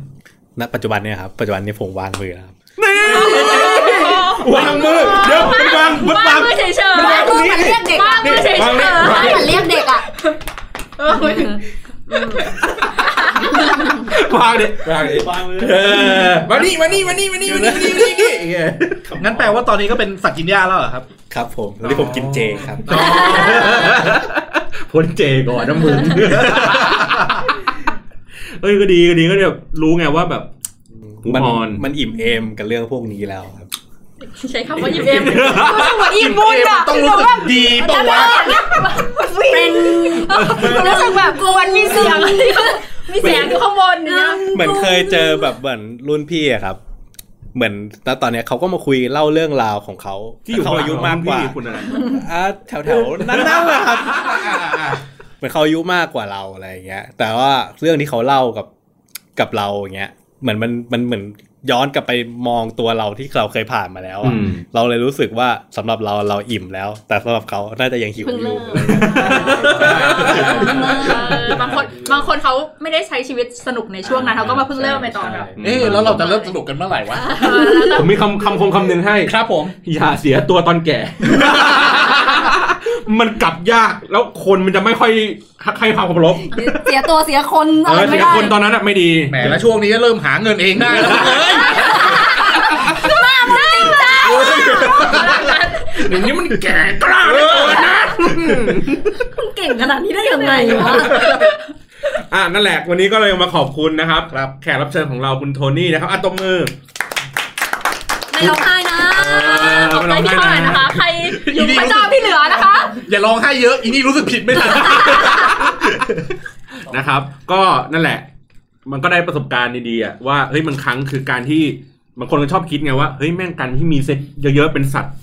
ณปัจจุบันเนี่ยครับปัจจุบันนี้ผมวางมือแล้วครับ นี่วางมือเดี๋ยวมันวางมันวาง ไม่เฉยเฉย ไม่ มือเหมือนเรียกเด็ก บ้าไม่เฉยเฉย มือเหมือนเรียกเด็กอ่ะ วางเด็ก วางเลยวางมือ เออมานี่มานี่มานี่มานี่มานี่มานี่มานี่เออ งั้นแปลว่าตอนนี้ก็เป็นสัตว์กินหญ้าแล้วเหรอครับ ครับผมวันนี้ผมกินเจครับ พ้นเจก่อนนะมึง เอ้ยก็ดีก็ดีก็แบบรู้ไงว่าแบบ กู มัน อ่อน มันอิ่มเอมกับเรื่องพวกนี้แล้วครับ ใช้คำว่ายิบเอ็ม หัวอิ่มบุญอ่ะ ต้องรู้สึกดีปะวะ เป็นรู้สึกแบบกวนมีเสียง มีเสียงอยู่ข้างบนเนี่ย เหมือนเคยเจอแบบเหมือนรุ่นพี่อะครับ เหมือนแล้วตอนเนี้ยเขาก็มาคุยเล่าเรื่องราวของเขา ที่อยู่ เขาอายุมากกว่า พี่คุณอะไร อ่าแถวแถวๆ นั้นๆนะครับ เหมือนเขาอายุมากกว่าเราอะไรอย่างเงี้ย แต่ว่าเรื่องที่เขาเล่ากับกับเราอย่างเงี้ย เหมือนมันมันเหมือนย้อนกลับไปมองตัวเราที่เราเคยผ่านมาแล้วอะเราเลยรู้สึกว่าสำหรับเราเราอิ่มแล้ว แต่สำหรับเขาน่าจะยังหิว เพิ่ง อ เริ่ ยูม่บางคนบางคนเขาไม่ได้ใช้ชีวิตสนุกในช่วงนั้นเขาก็มาเพิ่งเริ่มในตอนแบบ เอ๊ะแล้วเราจะเริ่มสนุกกันเมื่อไหร่วะ ผมมีคำคำคมคำหนึ่งให้ ครับผม อย่าเสียตัวตอน แก่ มันกลับยากแล้วคนมันจะไม่ค่อยให้ความเคารพ เสียตัวเสียคน เอ อะไร อ ไม่ เสีย ได้ คนตอนนั้นอะไม่ดี แหมแล้วช่วงนี้ก็เริ่มหาเงินเองได้แล้วเอ้ย อย่างนี้มันแก่กล้าเหลยนะ เก่งขนาดนี้ได้ยังไงวะ อ่ะนั่นแหละ วันนี้ก็เลยมาขอบคุณนะครับ ครับ แขกรับเชิญของเราคุณโทนี่นะครับอ่ะตบมือ ไม่ร้องไห้นะ ขอบใจพี่เท่าไหร่นะคะ ใครอยู่พระเจ้าพี่เหลือนะคะ อย่าร้องไห้เยอะ อีนี่รู้สึกผิดไม่ทัน นะครับ ก็นั่นแหละ มันก็ได้ประสบการณ์ดีๆอะว่าเฮ้ยบางครั้งคือการที่บางคนก็ชอบคิดไงว่าเฮ้ยแม่งการที่มีเซ็ตเยอะๆเป็นสัตว์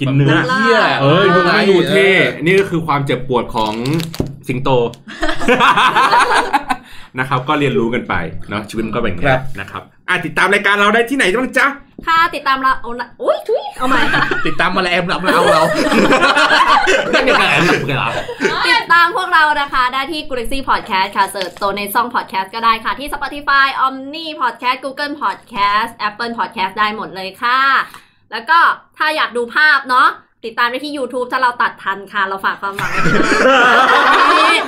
กินเนื้อ แบบ เอ้ยพวกนั้นดูเท่ นี่ก็คือความเจ็บปวดของสิงโต นะครับ ก็เรียนรู้กันไปเนาะชีวิตมันก็เป็นอย่างนี้ ครับ นะครับอ่ะติดตามรายการเราได้ที่ไหนบ้างจ๊ะ ค่ะติดตามเราเอาละอุ้ยทุยเอาใหม่ ติดตามมาแล้วแอมรับเราเรา ติดตามพวกเรานะคะ ได้ที่ Galaxy Podcast ค่ะเสิร์ชโตในซ่อง Podcast ก็ได้ค่ะ ที่ Spotify Omni Podcast Google Podcast Apple Podcast ได้หมดเลยค่ะ แล้วก็ถ้าอยากดูภาพเนาะติดตามได้ที่ YouTube ถ้าเราตัดทันค่ะ เราฝากความหวังไว้ ที่นี่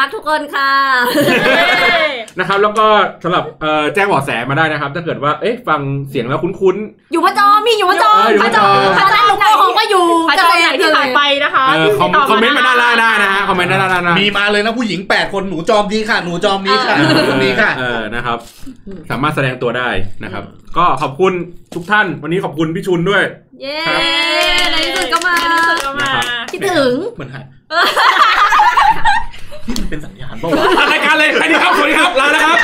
รักทุกคนค่ะ นะครับ แล้วก็สำหรับเอ่อแจ้งเบาะแสมาได้นะครับ ถ้าเกิดว่าเอ๊ะฟังเสียงแล้วคุ้น อยู่พระจอมมีอยู่พระจอม เอออยู่พระจอม พระจอมหลวงพ่อของก็อยู่ พระเจ้าไหนที่ผ่านไปนะ ๆ คะ เอ่อคอม ติ คอมเมนต์มาด้านล่างได้นะฮะคอมเมนต์ด้านล่างได้ มีมาเลยนะผู้หญิง 8 คนหนูจอมดีค่ะ หนูจอมนี้ค่ะ เอ หนูจอมนี้ อ ค่ะ เออนะครับ สามารถแสดงตัวได้นะครับ ก็ขอบคุณทุกท่าน วันนี้ขอบคุณพี่ชุนด้วย เย้ ครับ ในที่สุดก็มา ในที่สุดก็มา คิดถึง เหมือนหายนี่มันเป็นสัญญาณเปล่าวะ ตัดรายการเลยไปดีครับสวัสดีครับลาแล้วครับ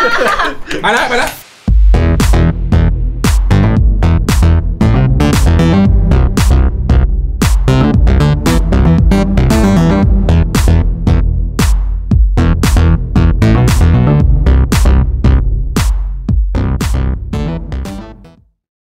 ไปแล้วไปแล้ว